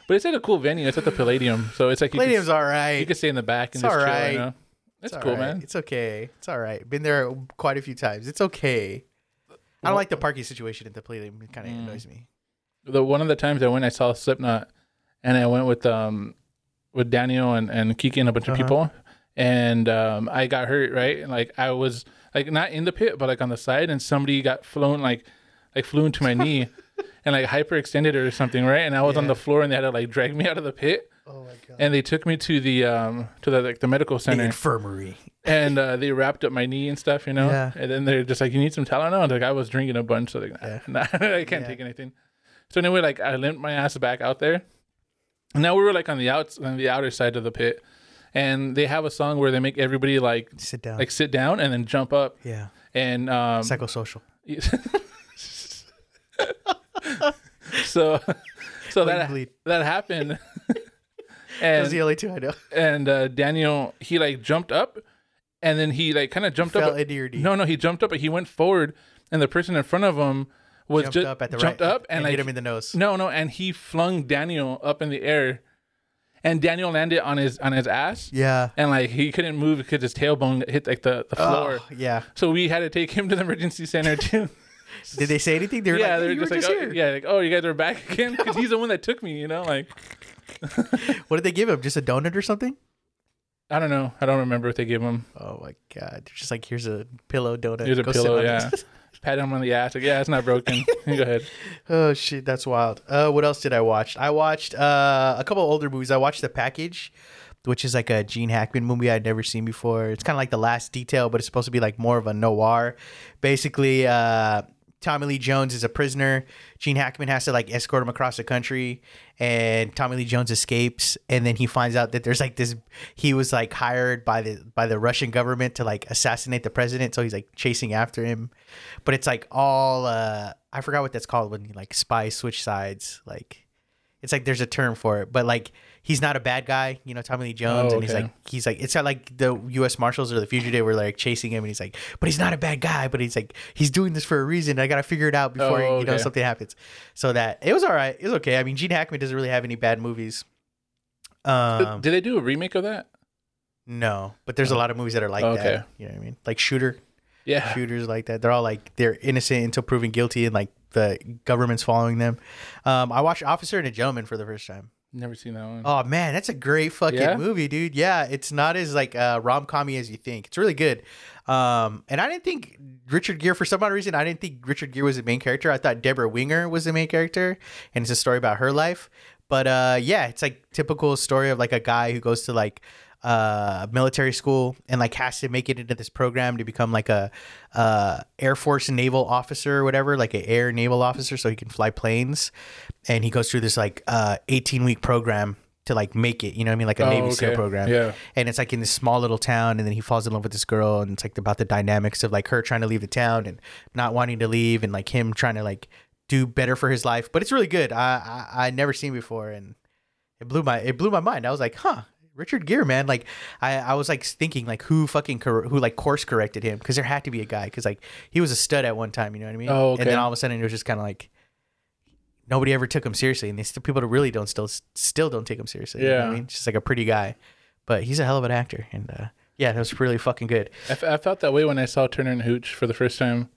[SPEAKER 2] But it's at a cool venue. It's at the Palladium, so it's like you,
[SPEAKER 1] Palladium's
[SPEAKER 2] can,
[SPEAKER 1] all
[SPEAKER 2] you
[SPEAKER 1] right.
[SPEAKER 2] can stay in the back
[SPEAKER 1] It's
[SPEAKER 2] and just chill.
[SPEAKER 1] alright.
[SPEAKER 2] You know? It's,
[SPEAKER 1] It's
[SPEAKER 2] cool,
[SPEAKER 1] all right.
[SPEAKER 2] man.
[SPEAKER 1] It's okay. It's all right. Been there quite a few times. It's okay. I don't like the parking situation at the Palladium. It kind of
[SPEAKER 2] Mm.
[SPEAKER 1] annoys me.
[SPEAKER 2] the one of the times I went, I saw Slipknot, and I went with um with Daniel and and Kiki and a bunch of people, and um I got hurt right, and like I was like not in the pit, but like on the side, and somebody got flown like like flew into my knee, and like hyperextended it or something right, and I was on the floor, and they had to like drag me out of the pit.
[SPEAKER 1] Oh my god.
[SPEAKER 2] And they took me to the um to the like the medical
[SPEAKER 1] The
[SPEAKER 2] center,
[SPEAKER 1] infirmary.
[SPEAKER 2] and uh, they wrapped up my knee and stuff, you know.
[SPEAKER 1] Yeah.
[SPEAKER 2] And then they're just like, "You need some Tylenol." And, like I was drinking a bunch, so like, nah,
[SPEAKER 1] Yeah.
[SPEAKER 2] nah, <laughs> I can't
[SPEAKER 1] Yeah.
[SPEAKER 2] take anything. So anyway, like I limped my ass back out there. And now we were like on the outs on the outer side of the pit, and they have a song where they make everybody like
[SPEAKER 1] Sit down.
[SPEAKER 2] like sit down and then jump up
[SPEAKER 1] yeah.
[SPEAKER 2] and um.
[SPEAKER 1] Psychosocial.
[SPEAKER 2] <laughs> so so
[SPEAKER 1] Bleed,
[SPEAKER 2] that
[SPEAKER 1] bleed. <laughs>
[SPEAKER 2] that happened.
[SPEAKER 1] Those are
[SPEAKER 2] and
[SPEAKER 1] the only two I know.
[SPEAKER 2] and uh, Daniel he like jumped up, and then he like kind of jumped
[SPEAKER 1] Fell
[SPEAKER 2] up.
[SPEAKER 1] into your knee.
[SPEAKER 2] No, no, he jumped up, but he went forward, and the person in front of him was
[SPEAKER 1] jumped
[SPEAKER 2] just
[SPEAKER 1] up at the
[SPEAKER 2] jumped
[SPEAKER 1] right
[SPEAKER 2] up and,
[SPEAKER 1] hit
[SPEAKER 2] like
[SPEAKER 1] him in the nose.
[SPEAKER 2] no, no, and he flung Daniel up in the air, and Daniel landed on his on his ass,
[SPEAKER 1] Yeah.
[SPEAKER 2] and like he couldn't move because his tailbone hit like the, the floor.
[SPEAKER 1] Oh, yeah.
[SPEAKER 2] So we had to take him to the emergency center too.
[SPEAKER 1] Did they say anything? They were
[SPEAKER 2] yeah,
[SPEAKER 1] like,
[SPEAKER 2] they're
[SPEAKER 1] you
[SPEAKER 2] just
[SPEAKER 1] were
[SPEAKER 2] like,
[SPEAKER 1] just
[SPEAKER 2] oh,
[SPEAKER 1] here.
[SPEAKER 2] yeah, like oh, you guys are
[SPEAKER 1] <laughs>
[SPEAKER 2] back again because he's the one that took me, you know, like.
[SPEAKER 1] What did they give him? Just a donut or something?
[SPEAKER 2] I don't know. I don't remember what they gave him.
[SPEAKER 1] Oh my god. They're just like here's a pillow donut.
[SPEAKER 2] Here's a
[SPEAKER 1] Go sit
[SPEAKER 2] pillow.
[SPEAKER 1] on it.
[SPEAKER 2] Yeah, <laughs> pat him on the ass. Like, yeah, it's not broken. <laughs> Go ahead.
[SPEAKER 1] Oh shit, that's wild. Uh, what else did I watch? I watched uh, a couple older movies. I watched The Package, which is like a Gene Hackman movie I'd never seen before. It's kind of like The Last Detail, but it's supposed to be like more of a noir. Basically, uh, Tommy Lee Jones is a prisoner. Gene Hackman has to like escort him across the country, and Tommy Lee Jones escapes. And then he finds out that there's like this. He was like hired by the by the Russian government to like assassinate the president, so he's like chasing after him. But it's like all uh, I forgot what that's called when you like spy switch sides. Like it's like there's a term for it, but like he's not a bad guy, you know, Tommy Lee Jones,
[SPEAKER 2] Oh,
[SPEAKER 1] and he's
[SPEAKER 2] okay.
[SPEAKER 1] like he's like it's not like the U.S. Marshals or the fugitive were like chasing him, and he's like, but he's not a bad guy, but he's like he's doing this for a reason. I gotta figure it out before
[SPEAKER 2] Oh,
[SPEAKER 1] you know
[SPEAKER 2] okay.
[SPEAKER 1] something happens. So that it was all right, it was okay. I mean, Gene Hackman doesn't really have any bad movies. Um,
[SPEAKER 2] Did they do a remake of that?
[SPEAKER 1] no, but there's a lot of movies that are like
[SPEAKER 2] Okay.
[SPEAKER 1] that. You know what I mean? Like Shooter,
[SPEAKER 2] Yeah.
[SPEAKER 1] shooters like that. They're all like they're innocent until proven guilty, and like the government's following them. Um, I watched Officer and a Gentleman for the first time.
[SPEAKER 2] Never seen that one.
[SPEAKER 1] Oh man, that's a great fucking
[SPEAKER 2] Yeah?
[SPEAKER 1] movie, dude. Yeah, it's not as like uh, rom commy as you think. It's really good. Um, and I didn't think Richard Gere for some odd reason I didn't think Richard Gere was the main character. I thought Deborah Winger was the main character, and it's a story about her life. But uh, yeah, it's like typical story of like a guy who goes to like uh, military school and like has to make it into this program to become like a uh, Air Force naval officer or whatever, like an air naval officer, so he can fly planes. And he goes through this like uh, 18 week program to like make it, you know what I mean? Like a
[SPEAKER 2] Oh,
[SPEAKER 1] Navy SEAL
[SPEAKER 2] okay.
[SPEAKER 1] program.
[SPEAKER 2] Yeah.
[SPEAKER 1] And it's like in this small little town, and then he falls in love with this girl, and it's like about the dynamics of like her trying to leave the town and not wanting to leave, and like him trying to like do better for his life. But it's really good. I I, I never seen before, and it blew my it blew my mind. I was like, huh. Richard Gere, man, like I, I was like thinking, like who fucking cor- who like course corrected him because there had to be a guy because like he was a stud at one time, you know what I mean?
[SPEAKER 2] Oh,
[SPEAKER 1] And then
[SPEAKER 2] okay.
[SPEAKER 1] all of a sudden it was just kind of like nobody ever took him seriously, and these st- people that really don't still still don't take him seriously. you know what I
[SPEAKER 2] Yeah.
[SPEAKER 1] mean? just like a pretty guy, but he's a hell of an actor, and uh, yeah, that was really fucking good.
[SPEAKER 2] I, f- I felt that way when I saw Turner and Hooch for the first time.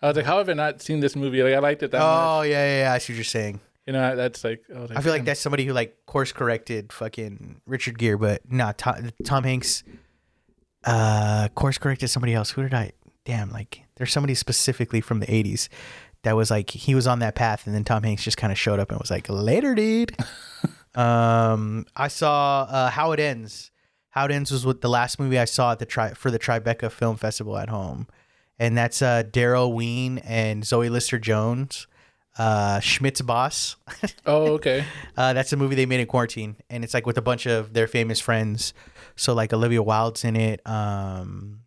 [SPEAKER 2] I was like, how have I not seen this movie? Like, I liked it that much.
[SPEAKER 1] Oh yeah, yeah, yeah, I see what you're saying.
[SPEAKER 2] You know, that's like, I, was
[SPEAKER 1] I feel like
[SPEAKER 2] "Damn."
[SPEAKER 1] that's somebody who like course corrected fucking Richard Gere, but not Tom, Tom Hanks. Uh, course corrected somebody else. Who did I? Damn, like there's somebody specifically from the '80s that was like he was on that path, and then Tom Hanks just kind of showed up and was like, "Later, dude." um, I saw uh, How It Ends. How It Ends was what the last movie I saw at the tri- for the Tribeca Film Festival at home, and that's uh, Daryl Ween and Zoe Lister Jones, uh, Schmidt's boss. <laughs>
[SPEAKER 2] Oh, okay.
[SPEAKER 1] Uh, that's a movie they made in quarantine, and it's like with a bunch of their famous friends. So like Olivia Wilde's in it, um,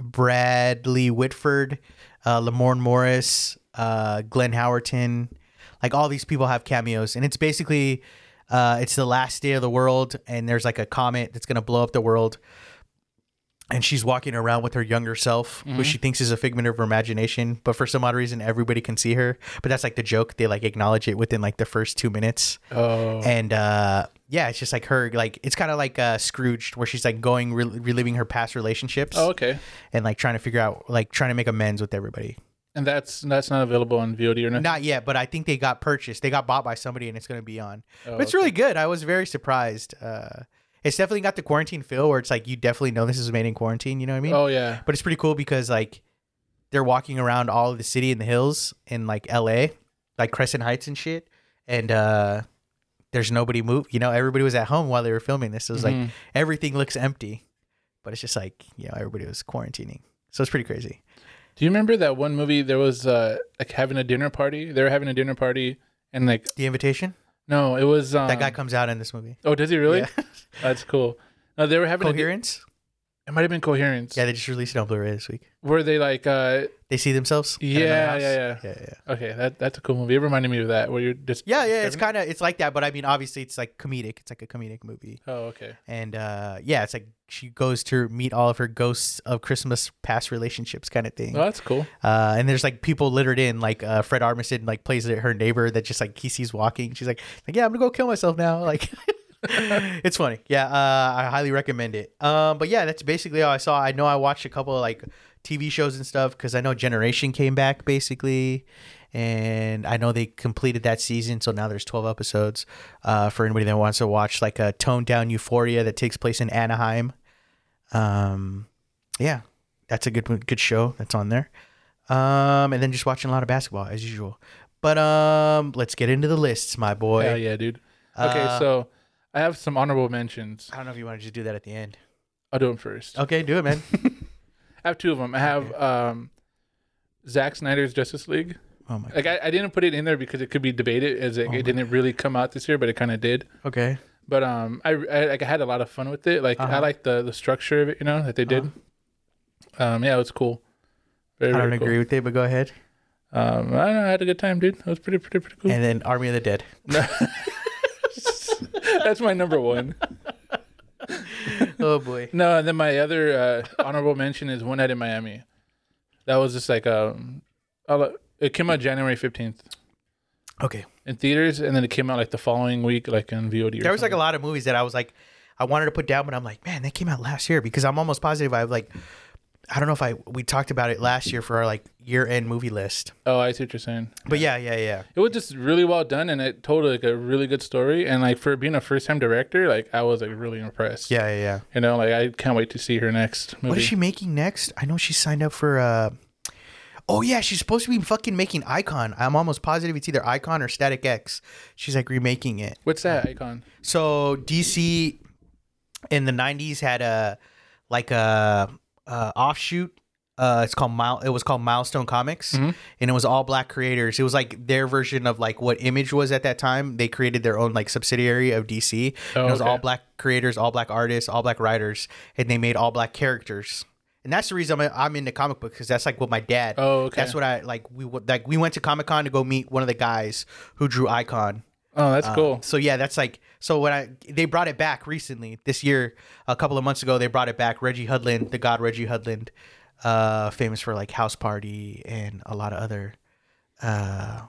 [SPEAKER 1] Bradley Whitford, uh, Lamorne Morris, uh, Glenn Howerton, like all these people have cameos, and it's basically uh, it's the last day of the world, and there's like a comet that's gonna blow up the world. And she's walking around with her younger self, who she thinks is a figment of her imagination. But for some odd reason, everybody can see her. But that's like the joke. They like acknowledge it within like the first two minutes
[SPEAKER 2] Oh,
[SPEAKER 1] and uh yeah it's just like her like it's kind of like uh scrooged where she's like going re- reliving her past relationships
[SPEAKER 2] oh, okay.
[SPEAKER 1] and like trying to figure out like trying to make amends with everybody
[SPEAKER 2] And that's that's not available on VOD or not.
[SPEAKER 1] not yet but i think they got purchased they got bought by somebody and it's going to be on
[SPEAKER 2] Oh,
[SPEAKER 1] but it's really good i was very surprised uh it's definitely got the quarantine feel where it's like you definitely know this is made in quarantine you know what i mean
[SPEAKER 2] Oh yeah.
[SPEAKER 1] but it's pretty cool because like they're walking around all of the city and the hills in like LA, like Crescent Heights and shit, and uh there's nobody move. You know, everybody was at home while they were filming this. It was like
[SPEAKER 2] Mhm.
[SPEAKER 1] everything looks empty, but it's just like you know everybody was quarantining, so it's pretty crazy.
[SPEAKER 2] Do you remember that one movie? There was uh, like having a dinner party. They were having a dinner party, and like
[SPEAKER 1] The invitation
[SPEAKER 2] no, it was um,
[SPEAKER 1] that guy comes out in this movie.
[SPEAKER 2] Oh, does he really?
[SPEAKER 1] Yeah.
[SPEAKER 2] That's cool. No, they were having a di-
[SPEAKER 1] Coherence.
[SPEAKER 2] it might have been coherence.
[SPEAKER 1] Yeah, they just released it on Blu-ray this week.
[SPEAKER 2] Were they like uh,
[SPEAKER 1] They see themselves. in another
[SPEAKER 2] Yeah,
[SPEAKER 1] house.
[SPEAKER 2] yeah, yeah.
[SPEAKER 1] yeah, yeah.
[SPEAKER 2] okay? That that's a cool movie. It reminded me of that where you're just
[SPEAKER 1] Yeah, yeah, it's
[SPEAKER 2] describing-
[SPEAKER 1] kind of it's like that, but I mean, obviously, it's like comedic. It's like a comedic movie.
[SPEAKER 2] oh okay.
[SPEAKER 1] and uh yeah it's like she goes to meet all of her ghosts of christmas past relationships kind of thing
[SPEAKER 2] Oh, that's cool.
[SPEAKER 1] uh and there's like people littered in like uh fred armisen like plays her neighbor that just like he sees walking she's like, like yeah i'm gonna go kill myself now <laughs> like it's funny yeah uh i highly recommend it um but yeah that's basically all i saw i know i watched a couple of like tv shows and stuff because i know generation came back basically and i know they completed that season so now there's 12 episodes uh for anybody that wants to watch like a toned down euphoria that takes place in anaheim um yeah that's a good good show that's on there um and then just watching a lot of basketball as usual but um let's get into the lists my boy
[SPEAKER 2] Hell yeah, dude. Okay,
[SPEAKER 1] Uh,
[SPEAKER 2] so I have some honorable mentions.
[SPEAKER 1] i don't know if you want to just do that at the end
[SPEAKER 2] I'll do them first.
[SPEAKER 1] okay do it
[SPEAKER 2] <laughs>
[SPEAKER 1] man
[SPEAKER 2] I have two of them. I have um, Zack Snyder's Justice League.
[SPEAKER 1] oh my god
[SPEAKER 2] Like I, I didn't put it in there because it could be debated as
[SPEAKER 1] Oh
[SPEAKER 2] like, it didn't really come out this year, but it kind of did.
[SPEAKER 1] okay
[SPEAKER 2] But um, I, I like I had a lot of fun with it. Like I
[SPEAKER 1] Uh-huh.
[SPEAKER 2] like the the structure of it, you know, that they did. Um, yeah, it was cool. Very,
[SPEAKER 1] i
[SPEAKER 2] very
[SPEAKER 1] don't
[SPEAKER 2] cool.
[SPEAKER 1] agree with it but go ahead
[SPEAKER 2] Um, I don't know. I had a good time, dude. That was pretty, pretty, pretty cool.
[SPEAKER 1] and then army of the
[SPEAKER 2] <laughs>
[SPEAKER 1] dead
[SPEAKER 2] That's my number one.
[SPEAKER 1] oh boy
[SPEAKER 2] No, and then my other uh, <laughs> honorable mention is One Night in Miami. That was just like um, I'll- it came out January fifteenth
[SPEAKER 1] okay
[SPEAKER 2] in theaters, and then it came out like the following week, like on VOD.
[SPEAKER 1] there was like a lot of movies that i was like i wanted to put down but i'm like man that came out last year because i'm almost positive i've like i don't know if i we talked about it last year for our like year-end movie list
[SPEAKER 2] Oh, I see what you're saying.
[SPEAKER 1] but yeah yeah yeah
[SPEAKER 2] It was just really well done, and it told like a really good story. And like for being a first time director, like I was like really impressed.
[SPEAKER 1] yeah yeah yeah
[SPEAKER 2] You know, like I can't wait to see her next movie.
[SPEAKER 1] What is she making next? I know she signed up for. uh Oh yeah, she's supposed to be fucking making Icon. I'm almost positive it's either Icon or Static X. She's like remaking it.
[SPEAKER 2] What's that icon?
[SPEAKER 1] So DC in the 90s had a like a, uh offshoot uh, it's called Mile. It was called Milestone Comics,
[SPEAKER 2] Mm-hmm.
[SPEAKER 1] and it was all black creators. It was like their version of like what Image was at that time. They created their own like subsidiary of DC.
[SPEAKER 2] Oh,
[SPEAKER 1] and it was
[SPEAKER 2] okay.
[SPEAKER 1] all black creators, all black artists, all black writers, and they made all black characters. And that's the reason I'm, I'm into comic book because that's like what my dad.
[SPEAKER 2] Oh, okay.
[SPEAKER 1] That's what I like. We w- like we went to Comic Con to go meet one of the guys who drew Icon.
[SPEAKER 2] Oh,
[SPEAKER 1] uh,
[SPEAKER 2] that's cool.
[SPEAKER 1] So yeah, that's like so when I they brought it back recently this year, a couple of months ago they brought it back. Reggie Hudlin, the god Reggie Hudlin, uh, famous for like House Party and a lot of other uh,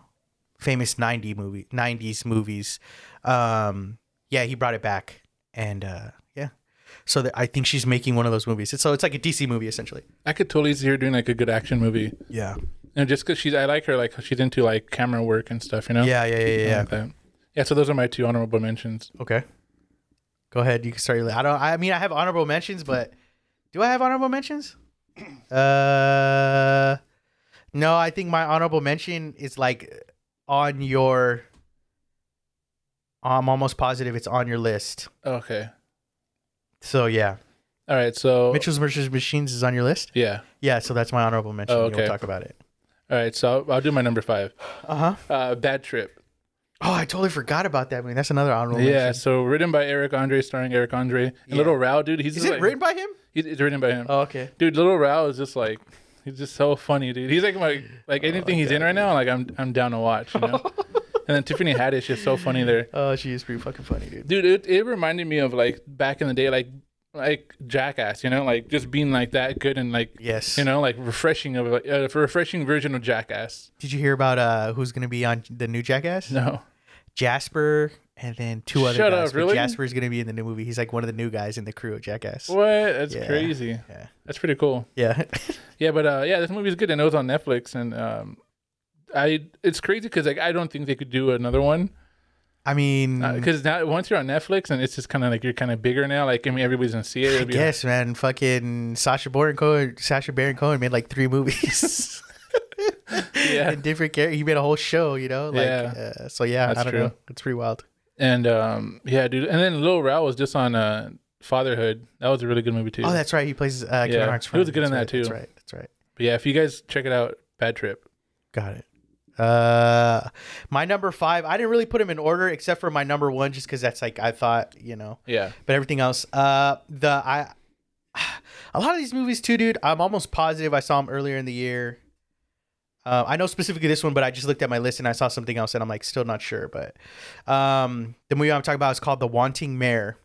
[SPEAKER 1] famous ninety movie nineties movies. Um, yeah, he brought it back, and uh, yeah, so that I think she's making one of those movies. It's, so it's like a DC movie essentially.
[SPEAKER 2] I could totally see her doing like a good action movie.
[SPEAKER 1] Yeah,
[SPEAKER 2] You know, just because she's, I like her, like she's into like camera work and stuff, you know?
[SPEAKER 1] yeah, yeah, yeah, yeah.
[SPEAKER 2] Like that. Um, Yeah, so those are my two honorable mentions.
[SPEAKER 1] Okay, go ahead. You can start. Your, I don't. I mean, I have honorable mentions, but do I have honorable
[SPEAKER 2] <clears throat>
[SPEAKER 1] mentions? Uh, no. I think my honorable mention is like on your. I'm almost positive it's on your list.
[SPEAKER 2] Okay.
[SPEAKER 1] So yeah,
[SPEAKER 2] All right. So,
[SPEAKER 1] Mitchell's versus Machines is on your list.
[SPEAKER 2] yeah.
[SPEAKER 1] Yeah, so that's my honorable mention.
[SPEAKER 2] Oh,
[SPEAKER 1] We'll
[SPEAKER 2] okay.
[SPEAKER 1] talk about it.
[SPEAKER 2] All right. So I'll, I'll do my number five.
[SPEAKER 1] Uh huh.
[SPEAKER 2] Uh, Bad Trip.
[SPEAKER 1] Oh, I totally forgot about that. I mean, that's another honorable
[SPEAKER 2] Yeah.
[SPEAKER 1] mention.
[SPEAKER 2] So written by Eric Andre, starring Eric Andre. And
[SPEAKER 1] Oh, Yeah.
[SPEAKER 2] Little Rao, dude. He's
[SPEAKER 1] Is
[SPEAKER 2] just
[SPEAKER 1] it
[SPEAKER 2] like,
[SPEAKER 1] written by him?
[SPEAKER 2] He's, it's written by him.
[SPEAKER 1] Oh, okay.
[SPEAKER 2] dude, Little Rao is just like he's just so funny, dude. He's like my like anything he's in right now, like I'm I'm down to watch,
[SPEAKER 1] <laughs>
[SPEAKER 2] you know. and then Tiffany Haddish is so funny there,
[SPEAKER 1] Oh, she is pretty fucking funny, dude.
[SPEAKER 2] dude. It it reminded me of like back in the day, like like Jackass, you know, like just being like that good and like
[SPEAKER 1] Yes.
[SPEAKER 2] you know like refreshing of like a refreshing version of Jackass.
[SPEAKER 1] Did you hear about uh who's gonna be on the new Jackass?
[SPEAKER 2] No,
[SPEAKER 1] Jasper and then two other
[SPEAKER 2] Shut
[SPEAKER 1] guys.
[SPEAKER 2] up,
[SPEAKER 1] but
[SPEAKER 2] really?
[SPEAKER 1] Jasper's gonna be in the new movie. He's like one of the new guys in the crew of Jackass.
[SPEAKER 2] what? That's
[SPEAKER 1] Yeah.
[SPEAKER 2] crazy.
[SPEAKER 1] Yeah.
[SPEAKER 2] That's pretty cool.
[SPEAKER 1] Yeah.
[SPEAKER 2] Yeah, but uh, yeah, this movie is good. and it was on Netflix, and um, I it's crazy because like I don't think they could do another one.
[SPEAKER 1] I mean
[SPEAKER 2] because now once you're on Netflix and it's just kind of like you're kind of bigger now. Like I mean, everybody's gonna see it. It'll be like-
[SPEAKER 1] yes, man, fucking Sasha Baron Cohen Sasha Baron Cohen made like three movies.
[SPEAKER 2] <laughs>
[SPEAKER 1] <laughs>
[SPEAKER 2] Yeah.
[SPEAKER 1] In different characters. He made a whole show, you know? Like
[SPEAKER 2] Yeah.
[SPEAKER 1] uh, so yeah, I
[SPEAKER 2] That's
[SPEAKER 1] don't
[SPEAKER 2] true.
[SPEAKER 1] know. It's pretty wild.
[SPEAKER 2] and um, yeah, dude. And then Lil Rao was just on uh, Fatherhood. That was a really good movie too.
[SPEAKER 1] Oh, that's right. He plays uh Kevin
[SPEAKER 2] Yeah.
[SPEAKER 1] Hart's
[SPEAKER 2] He was
[SPEAKER 1] friend.
[SPEAKER 2] good in
[SPEAKER 1] That's
[SPEAKER 2] that,
[SPEAKER 1] right,
[SPEAKER 2] too.
[SPEAKER 1] That's right. That's right.
[SPEAKER 2] but yeah, if you guys check it out, Bad Trip.
[SPEAKER 1] Got it. Uh, my number five. I didn't really put him in order except for my number one, just because that's like I thought, you know.
[SPEAKER 2] Yeah,
[SPEAKER 1] But everything else, uh, the I, <sighs> a lot of these movies too, dude. I'm almost positive I saw them earlier in the year. Uh, I know specifically this one, but I just looked at my list and I saw something else, and I'm like still not sure. But um, the movie I'm talking about is called The Wanting Mare.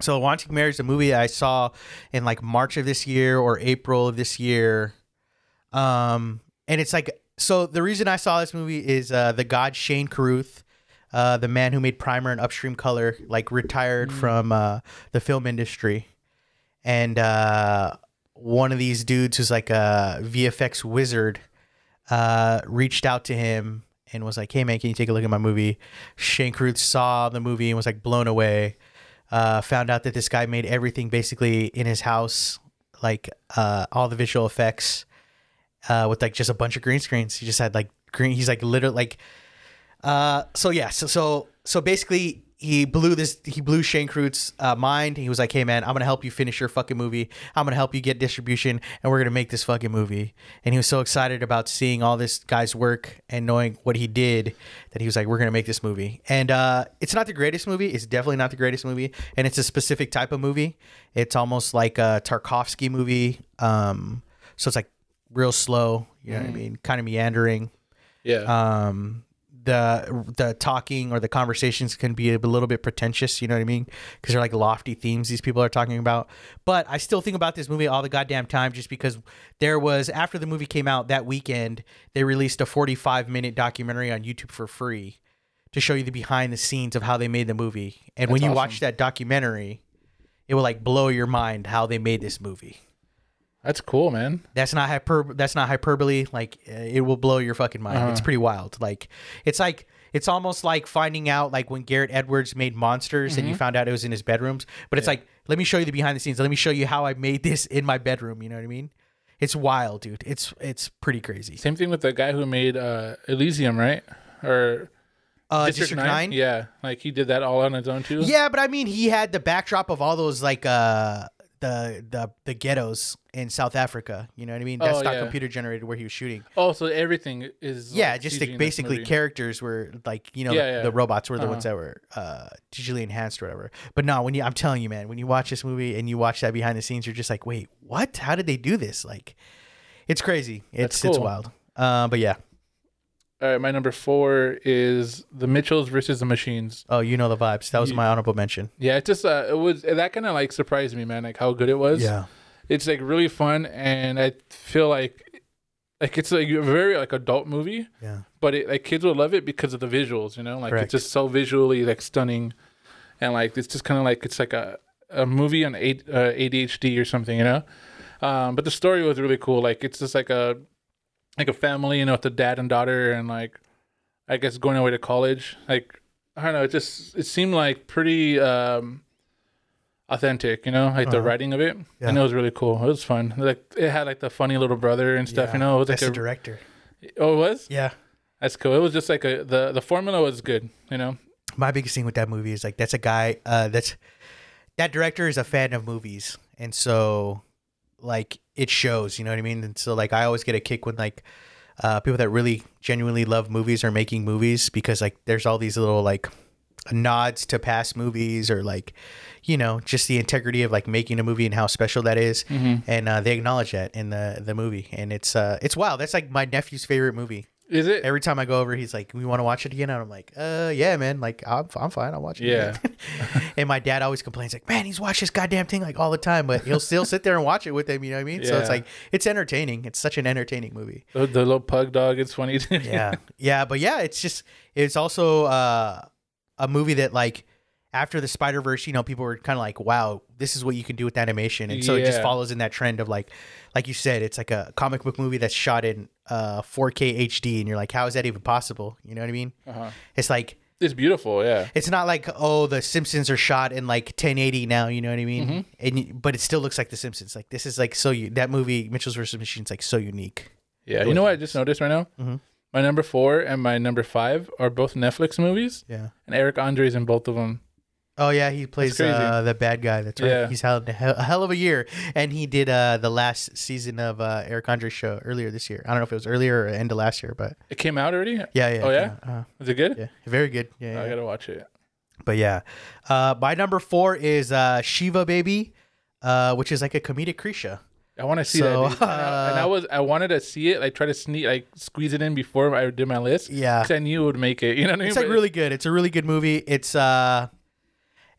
[SPEAKER 1] So, The Wanting Mare is a movie I saw in like March of this year or April of this year. Um, and it's like so the reason I saw this movie is uh, the god Shane Carruth, uh, the man who made Primer and Upstream Color, like retired from uh, the film industry, and uh, one of these dudes who's like a VFX wizard uh, reached out to him and was like, "Hey man, can you take a look at my movie?" Shane Carruth saw the movie and was like blown away. Uh, found out that this guy made everything basically in his house, like uh, all the visual effects uh, with like just a bunch of green screens. He just had like green. He's like literally like. Uh, so yeah, so so so basically, he blew this. He blew Shane Crute's uh, mind. He was like, "Hey man, I'm gonna help you finish your fucking movie. I'm gonna help you get distribution, and we're gonna make this fucking movie." And he was so excited about seeing all this guy's work and knowing what he did that he was like, "We're gonna make this movie." And uh, it's not the greatest movie. It's definitely not the greatest movie, and it's a specific type of movie. It's almost like a Tarkovsky movie. Um, so it's like real slow. You know what I mean? Kind of meandering.
[SPEAKER 2] yeah,
[SPEAKER 1] Um, the the talking or the conversations can be a little bit pretentious. You know what I mean? Because they're like lofty themes these people are talking about. But I still think about this movie all the goddamn time, just because there was after the movie came out that weekend, they released a 45 minute documentary on YouTube for free to show you the behind the scenes of how they made the movie. And when
[SPEAKER 2] That's
[SPEAKER 1] you
[SPEAKER 2] awesome.
[SPEAKER 1] watch that documentary, it will like blow your mind how they made this movie.
[SPEAKER 2] that's cool, man.
[SPEAKER 1] That's not hyper. That's not hyperbole. Like uh, it will blow your fucking mind. It's
[SPEAKER 2] Uh-huh.
[SPEAKER 1] pretty wild. Like it's like it's almost like finding out like when Garrett Edwards made Monsters and
[SPEAKER 2] Mm-hmm.
[SPEAKER 1] you found out it was in his bedrooms. But it's like let me show you the behind the scenes. Let me show you how I made this in my bedroom. You know what I mean? It's wild, dude. It's it's pretty crazy.
[SPEAKER 2] Same thing with the guy who made uh, Elysium, right? Or
[SPEAKER 1] Uh, District Nine.
[SPEAKER 2] Yeah, like he did that all on his own too.
[SPEAKER 1] Yeah, but I mean, he had the backdrop of all those like uh the the the ghettos in South Africa. You know what I mean? That's
[SPEAKER 2] Oh,
[SPEAKER 1] not
[SPEAKER 2] yeah.
[SPEAKER 1] computer generated where he was shooting.
[SPEAKER 2] Oh, so everything is
[SPEAKER 1] Yeah,
[SPEAKER 2] like,
[SPEAKER 1] just
[SPEAKER 2] CG in
[SPEAKER 1] like
[SPEAKER 2] this
[SPEAKER 1] basically
[SPEAKER 2] movie.
[SPEAKER 1] characters were like you know
[SPEAKER 2] Yeah,
[SPEAKER 1] the,
[SPEAKER 2] yeah.
[SPEAKER 1] the robots were the
[SPEAKER 2] Uh-huh.
[SPEAKER 1] ones that were uh digitally enhanced or whatever. But no, when you I'm telling you, man, when you watch this movie and you watch that behind the scenes, you're just like, wait, what? How did they do this? Like, it's crazy. It's it's
[SPEAKER 2] cool.
[SPEAKER 1] wild. Uh, but yeah.
[SPEAKER 2] All right, my number four is the Mitchells versus the Machines.
[SPEAKER 1] Oh, you know the vibes. That was
[SPEAKER 2] Ye-
[SPEAKER 1] my honorable mention.
[SPEAKER 2] Yeah, it just uh, it was that kind of like surprised me, man. Like how good it was. it's like really fun, and I feel like like it's like a very like adult movie,
[SPEAKER 1] yeah.
[SPEAKER 2] but it, like kids will love it because of the visuals. You know, like
[SPEAKER 1] Correct.
[SPEAKER 2] it's just so visually like stunning, and like it's just kind of like it's like a a movie on A- uh, ADHD or something. You know, um, but the story was really cool. Like it's just like a like a family, you know, with the dad and daughter, and like I guess going away to college. Like I don't know, it just it seemed like pretty um, authentic, you know, like the
[SPEAKER 1] Uh-huh.
[SPEAKER 2] writing of it.
[SPEAKER 1] Yeah.
[SPEAKER 2] And it was really cool. It was fun. Like it had like the funny little brother and stuff. You know, it was
[SPEAKER 1] That's the
[SPEAKER 2] like a,
[SPEAKER 1] director.
[SPEAKER 2] oh, it was
[SPEAKER 1] Yeah.
[SPEAKER 2] that's cool. It was just like a the the formula was good. You know,
[SPEAKER 1] my biggest thing with that movie is like that's a guy uh that's that director is a fan of movies and so like it shows you know what i mean and so like i always get a kick when like uh people that really genuinely love movies are making movies because like there's all these little like nods to past movies or like you know just the integrity of like making a movie and how special that is. and uh, they acknowledge that in the the movie and it's uh it's wild that's like my nephew's favorite movie
[SPEAKER 2] is it?
[SPEAKER 1] every time I go over, he's like, "We want to watch it again," and I'm like, "Uh, yeah, man. Like, I'm, I'm fine. I'll watch it."
[SPEAKER 2] Yeah.
[SPEAKER 1] again." <laughs> and my dad always complains, like, "Man, he's watched this goddamn thing like all the time, but he'll still sit there and watch it with him." You know what I mean? So it's
[SPEAKER 2] Yeah.
[SPEAKER 1] like it's entertaining. It's such an entertaining movie.
[SPEAKER 2] The, the little pug dog. It's funny. <laughs> too.
[SPEAKER 1] Yeah, yeah, but yeah, it's just it's also uh, a movie that like after the Spider Verse, you know, people were kind of like, "Wow, this is what you can do with animation," and so it just
[SPEAKER 2] Yeah.
[SPEAKER 1] follows in that trend of like, like you said, it's like a comic book movie that's shot in uh 4K HD, and you're like, "How is that even possible?" You know what I mean?
[SPEAKER 2] Uh-huh.
[SPEAKER 1] It's like
[SPEAKER 2] It's beautiful. Yeah.
[SPEAKER 1] it's not like oh the Simpsons are shot in like 1080 now, you know what I mean?
[SPEAKER 2] Mm-hmm.
[SPEAKER 1] And you- but it still looks like the Simpsons. Like this is like so u- that movie Mitchell's versus Machines like so unique.
[SPEAKER 2] Yeah,
[SPEAKER 1] It
[SPEAKER 2] you know
[SPEAKER 1] was
[SPEAKER 2] what I just noticed right now?
[SPEAKER 1] Mhm.
[SPEAKER 2] My number four and my number five are both Netflix movies,
[SPEAKER 1] Yeah.
[SPEAKER 2] and Eric Andre's in both of them.
[SPEAKER 1] Oh yeah, he plays
[SPEAKER 2] crazy.
[SPEAKER 1] uh, the bad guy. That's right.
[SPEAKER 2] Yeah.
[SPEAKER 1] He's had a hell, a hell of a year, and he did uh, the last season of uh, Eric Andre's show earlier this year. I don't know if it was earlier or end of last year, but
[SPEAKER 2] It came out already.
[SPEAKER 1] yeah, yeah.
[SPEAKER 2] Oh, yeah? Oh,
[SPEAKER 1] Uh,
[SPEAKER 2] Is it good?
[SPEAKER 1] yeah, very good. Yeah, yeah,
[SPEAKER 2] I
[SPEAKER 1] yeah.
[SPEAKER 2] gotta watch it.
[SPEAKER 1] But yeah, uh, my number four is uh, Shiva Baby, uh, which is like a comedic Krisha.
[SPEAKER 2] I want to see
[SPEAKER 1] So,
[SPEAKER 2] that. dude. And, I, and I
[SPEAKER 1] uh,
[SPEAKER 2] was I wanted to see it, like try to sneak, like squeeze it in before I did my list.
[SPEAKER 1] Yeah.
[SPEAKER 2] 'cause I knew it would make it. <laughs> You know what I mean?
[SPEAKER 1] It's like
[SPEAKER 2] But-
[SPEAKER 1] really good. It's a really good movie. It's uh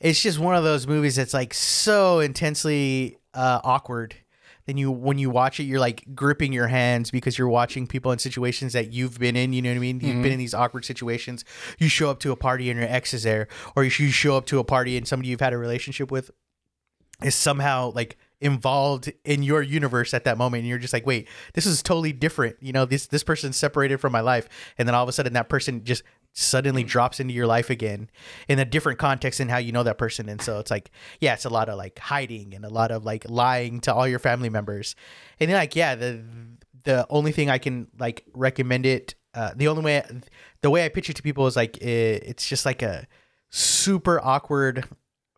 [SPEAKER 1] it's just one of those movies that's like so intensely uh awkward. Then you when you watch it, you're like gripping your hands because you're watching people in situations that you've been in, you know what I mean? You've been in these awkward situations. You show up to a party and your ex is there, or you you show up to a party and somebody you've had a relationship with is somehow like involved in your universe at that moment and you're just like wait this is totally different you know this this person's separated from my life and then all of a sudden that person just suddenly drops into your life again in a different context and how you know that person and so it's like yeah it's a lot of like hiding and a lot of like lying to all your family members and then like yeah the the only thing i can like recommend it uh the only way the way i pitch it to people is like it, it's just like a super awkward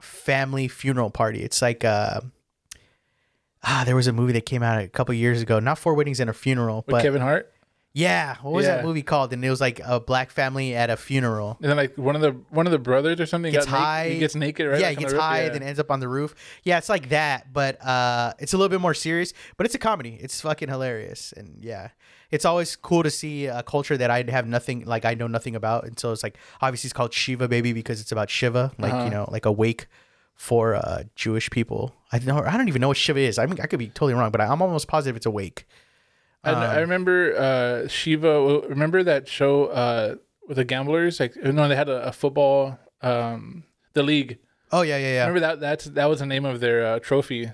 [SPEAKER 1] family funeral party. It's like uh, ah, there was a movie that came out a couple years ago, not Four Weddings and a Funeral,
[SPEAKER 2] with
[SPEAKER 1] but
[SPEAKER 2] Kevin Hart.
[SPEAKER 1] yeah, what was that
[SPEAKER 2] Yeah.
[SPEAKER 1] movie called? And it was like a black family at a funeral.
[SPEAKER 2] And then like one of the one of the brothers or something
[SPEAKER 1] Gets
[SPEAKER 2] got naked-
[SPEAKER 1] high.
[SPEAKER 2] he gets naked, right?
[SPEAKER 1] yeah,
[SPEAKER 2] Like,
[SPEAKER 1] it
[SPEAKER 2] on the
[SPEAKER 1] gets
[SPEAKER 2] roof.
[SPEAKER 1] high
[SPEAKER 2] Yeah.
[SPEAKER 1] and then ends up on the roof. Yeah, it's like that, but uh, it's a little bit more serious. But it's a comedy. It's fucking hilarious, and yeah, it's always cool to see a culture that I have nothing like I know nothing about. And so it's like obviously it's called Shiva Baby because it's about Shiva, like
[SPEAKER 2] Uh-huh.
[SPEAKER 1] you know, like awake for uh, Jewish people. I know I don't even know what Shiva is. I mean, I could be totally wrong, but I'm almost positive it's awake.
[SPEAKER 2] I, kn-
[SPEAKER 1] Um,
[SPEAKER 2] I remember uh, Shiva. Remember that show uh, with the gamblers? Like, no, they had a, a football, um, the league.
[SPEAKER 1] Oh yeah, yeah, yeah.
[SPEAKER 2] Remember that? That's that was the name of their uh, trophy.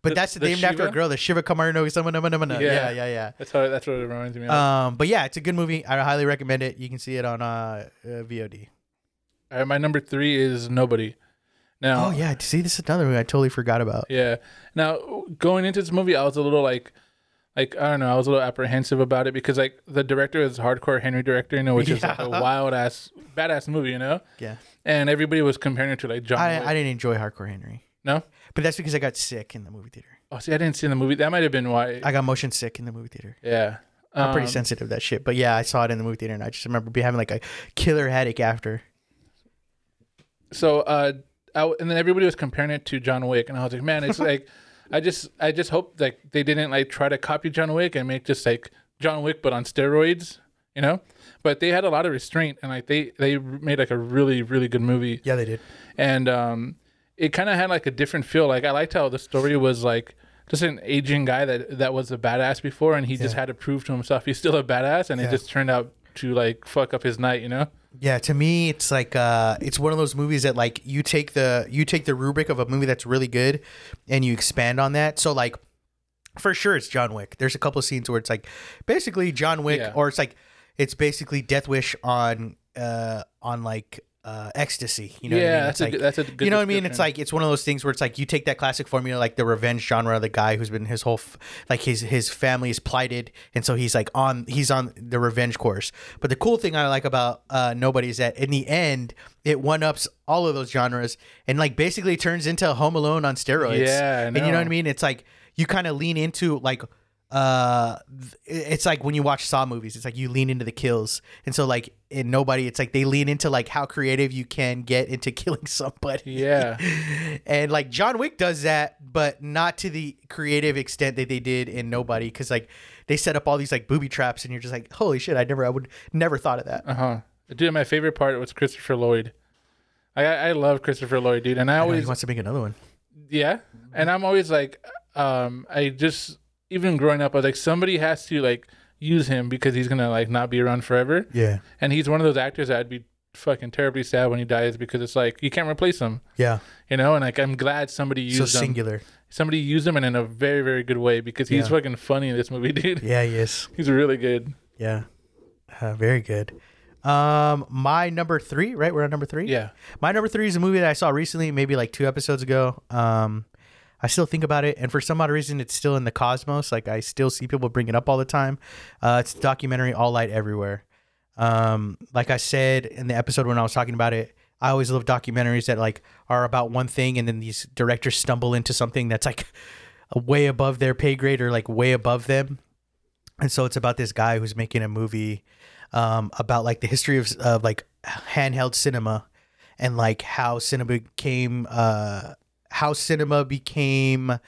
[SPEAKER 1] But
[SPEAKER 2] the-
[SPEAKER 1] that's the
[SPEAKER 2] the
[SPEAKER 1] named after a
[SPEAKER 2] Shiva?
[SPEAKER 1] girl, the Shiva Kamarno. someone- Yeah, yeah,
[SPEAKER 2] Yeah.
[SPEAKER 1] yeah, yeah.
[SPEAKER 2] That's how. That's what it reminds me of.
[SPEAKER 1] Um, but yeah, it's a good movie. I highly recommend it. You can see it on uh, uh VOD.
[SPEAKER 2] All right, my number three is nobody. Now,
[SPEAKER 1] Oh yeah, see, this is another movie I totally forgot about.
[SPEAKER 2] yeah. Now going into this movie, I was a little like, like I don't know, I was a little apprehensive about it because like the director is hardcore Henry director, you know, which is
[SPEAKER 1] <laughs>
[SPEAKER 2] like a wild ass badass movie, you know.
[SPEAKER 1] Yeah.
[SPEAKER 2] And everybody was comparing it to like John.
[SPEAKER 1] I,
[SPEAKER 2] Wick.
[SPEAKER 1] I didn't enjoy Hardcore Henry,
[SPEAKER 2] no.
[SPEAKER 1] but that's because I got sick in the movie theater.
[SPEAKER 2] Oh, see, I didn't see the movie. That might have been why.
[SPEAKER 1] I got motion sick in the movie theater.
[SPEAKER 2] yeah.
[SPEAKER 1] I'm pretty
[SPEAKER 2] Um,
[SPEAKER 1] sensitive to that shit, but yeah, I saw it in the movie theater, and I just remember be having like a killer headache after.
[SPEAKER 2] so uh I, w- and then everybody was comparing it to John Wick and I was like
[SPEAKER 1] <laughs>
[SPEAKER 2] man it's like I just I just hope like they didn't like try to copy John Wick and make just like John Wick but on steroids you know but they had a lot of restraint and like they they made like a really really good movie
[SPEAKER 1] Yeah, they did.
[SPEAKER 2] and um it kind of had like a different feel like I liked how the story was like just an aging guy that that was a badass before and he just had to prove to himself he's still a badass and
[SPEAKER 1] Yeah.
[SPEAKER 2] it just turned out to like fuck up his night you know
[SPEAKER 1] Yeah, to me, it's like uh, it's one of those movies that like you take the you take the rubric of a movie that's really good, and you expand on that. So like, for sure, it's John Wick. There's a couple of scenes where it's like basically John Wick,
[SPEAKER 2] Yeah.
[SPEAKER 1] or it's like it's basically Death Wish on uh on like uh ecstasy. You know, what I
[SPEAKER 2] yeah
[SPEAKER 1] mean?
[SPEAKER 2] that's
[SPEAKER 1] It's
[SPEAKER 2] a
[SPEAKER 1] like-
[SPEAKER 2] good, that's a good
[SPEAKER 1] you know what I mean?
[SPEAKER 2] description.
[SPEAKER 1] It's like it's one of those things where it's like you take that classic formula, like the revenge genre, of the guy who's been his whole f- like his his family is plighted, and so he's like on he's on the revenge course. But the cool thing I like about uh, Nobody is that in the end it one ups all of those genres and like basically turns into Home Alone on steroids.
[SPEAKER 2] Yeah, I
[SPEAKER 1] and you know
[SPEAKER 2] know.
[SPEAKER 1] what I mean? It's like you kind of lean into like uh th- it's like when you watch saw movies it's like you lean into the kills and so like in nobody it's like they lean into like how creative you can get into <laughs> killing somebody
[SPEAKER 2] Yeah.
[SPEAKER 1] <laughs> and like John Wick does that, but not to the creative extent that they did in Nobody, because like they set up all these like booby traps, and you're just like, holy shit, I never, I would never thought of that.
[SPEAKER 2] Uh huh. Dude, my favorite part was Christopher Lloyd. I I I love Christopher Lloyd, dude, and I
[SPEAKER 1] Oh,
[SPEAKER 2] always
[SPEAKER 1] he wants to make another one.
[SPEAKER 2] yeah, and I'm always like, um, I just even growing up, I was like, somebody has to like use him because he's gonna like not be around forever,
[SPEAKER 1] Yeah,
[SPEAKER 2] and he's one of those actors that I'd be fucking terribly sad when he dies because it's like you can't replace him,
[SPEAKER 1] yeah.
[SPEAKER 2] you know, and like I'm glad somebody used
[SPEAKER 1] So
[SPEAKER 2] him.
[SPEAKER 1] singular.
[SPEAKER 2] Somebody used him and in a very very good way because he's
[SPEAKER 1] Yeah.
[SPEAKER 2] fucking funny in this movie, <laughs> dude.
[SPEAKER 1] Yeah, yes,
[SPEAKER 2] He's really good.
[SPEAKER 1] yeah. Uh, very good. Um, my number three, right? We're on number three.
[SPEAKER 2] Yeah.
[SPEAKER 1] My number three is a movie that I saw recently, maybe like two episodes ago. Um, I still think about it, and for some odd reason, it's still in the cosmos. Like I still see people bring it up all the time. Uh, it's the documentary "All Light Everywhere." Um, like I said in the episode when I was talking about it, I always love documentaries that like are about one thing, and then these directors stumble into something that's like way above their pay grade or like way above them. And so it's about this guy who's making a movie um, about like the history of, of like handheld cinema and like how cinema became uh, how cinema became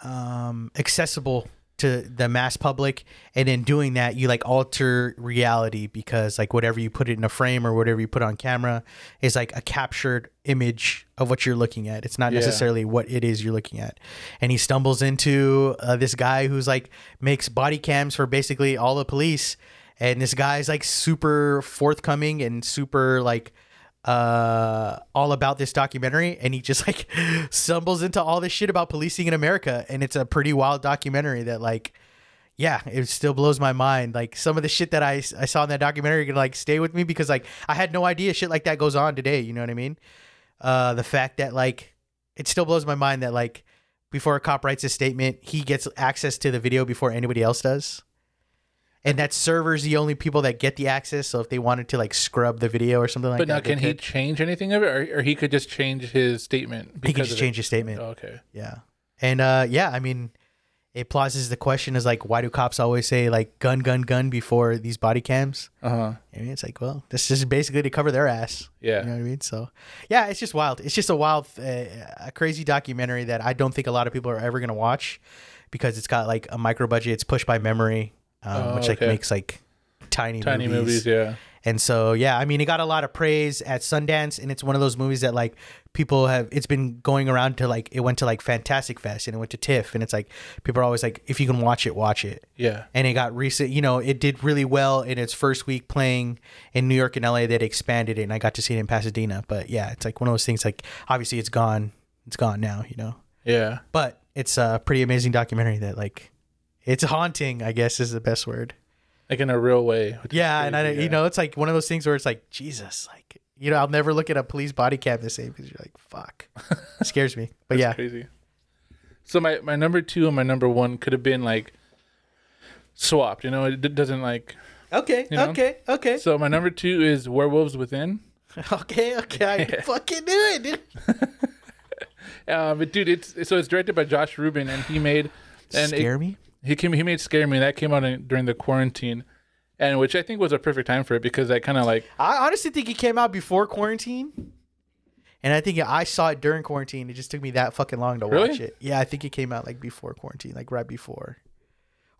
[SPEAKER 1] um, accessible to the mass public and in doing that you like alter reality because like whatever you put it in a frame or whatever you put on camera is like a captured image of what you're looking at it's not
[SPEAKER 2] Yeah.
[SPEAKER 1] necessarily what it is you're looking at and he stumbles into uh, this guy who's like makes body cams for basically all the police and this guy's like super forthcoming and super like uh all about this documentary and he just <laughs> like stumbles into all this shit about policing in America and it's a pretty wild documentary that like yeah it still blows my mind like some of the shit that I, I saw in that documentary can like stay with me because like I had no idea shit like that goes on today you know what I mean uh the fact that like it still blows my mind that like before a cop writes a statement he gets access to the video before anybody else does and that server's the only people that get the access so if they wanted to like scrub the video or something like
[SPEAKER 2] But
[SPEAKER 1] that
[SPEAKER 2] now,
[SPEAKER 1] they
[SPEAKER 2] can he
[SPEAKER 1] could.
[SPEAKER 2] change anything of it, or, or he could just change his statement?
[SPEAKER 1] he can
[SPEAKER 2] because
[SPEAKER 1] just
[SPEAKER 2] of it? Oh,
[SPEAKER 1] change his statement
[SPEAKER 2] Okay.
[SPEAKER 1] yeah and uh yeah i mean it plauses the question is like why do cops always say like gun gun gun before these body cams
[SPEAKER 2] Uh huh.
[SPEAKER 1] I mean, it's like, well, this is basically to cover their ass.
[SPEAKER 2] Yeah.
[SPEAKER 1] You know what I mean? So, yeah, it's just wild. It's just a wild, uh, a crazy documentary that I don't think a lot of people are ever going to watch because it's got like a micro budget. It's pushed by memory, um,
[SPEAKER 2] Oh,
[SPEAKER 1] which like
[SPEAKER 2] okay.
[SPEAKER 1] makes like tiny,
[SPEAKER 2] Tiny movies. yeah.
[SPEAKER 1] and so, yeah, I mean, it got a lot of praise at Sundance, and it's one of those movies that like people have. It's been going around to like it went to like Fantastic Fest and it went to TIFF, and it's like people are always like, if you can watch it, watch it.
[SPEAKER 2] Yeah.
[SPEAKER 1] And it got recent, you know, it did really well in its first week playing in New York and LA. That expanded it, and I got to see it in Pasadena. But yeah, it's like one of those things. Like obviously, it's gone. It's gone now, you know.
[SPEAKER 2] Yeah.
[SPEAKER 1] But it's a pretty amazing documentary that like, it's haunting. I guess is the best word.
[SPEAKER 2] Like in a real way. which is
[SPEAKER 1] Yeah, and I,
[SPEAKER 2] crazy, yeah.
[SPEAKER 1] you know, it's like one of those things where it's like Jesus, like you know, I'll never look at a police body cam the same because you're like,
[SPEAKER 2] <laughs>
[SPEAKER 1] fuck, It scares me. But yeah,
[SPEAKER 2] Crazy. So my, my number two and my number one could have been like swapped. You know, it d- doesn't like.
[SPEAKER 1] Okay,
[SPEAKER 2] You know?
[SPEAKER 1] okay, okay,
[SPEAKER 2] So my number two is Werewolves Within.
[SPEAKER 1] <laughs> okay, okay. I fucking knew it. Dude.
[SPEAKER 2] Uh, but dude, it's so it's directed by Josh Rubin, and he made and it-
[SPEAKER 1] Scare me.
[SPEAKER 2] he came he made Scare Me. That came out in, during the quarantine, and which I think was a perfect time for it because I kind of like
[SPEAKER 1] I honestly think it came out before quarantine, and I think I saw it during quarantine. It just took me that fucking long to
[SPEAKER 2] Really?
[SPEAKER 1] watch it. Yeah, I think it came out like before quarantine, like right before,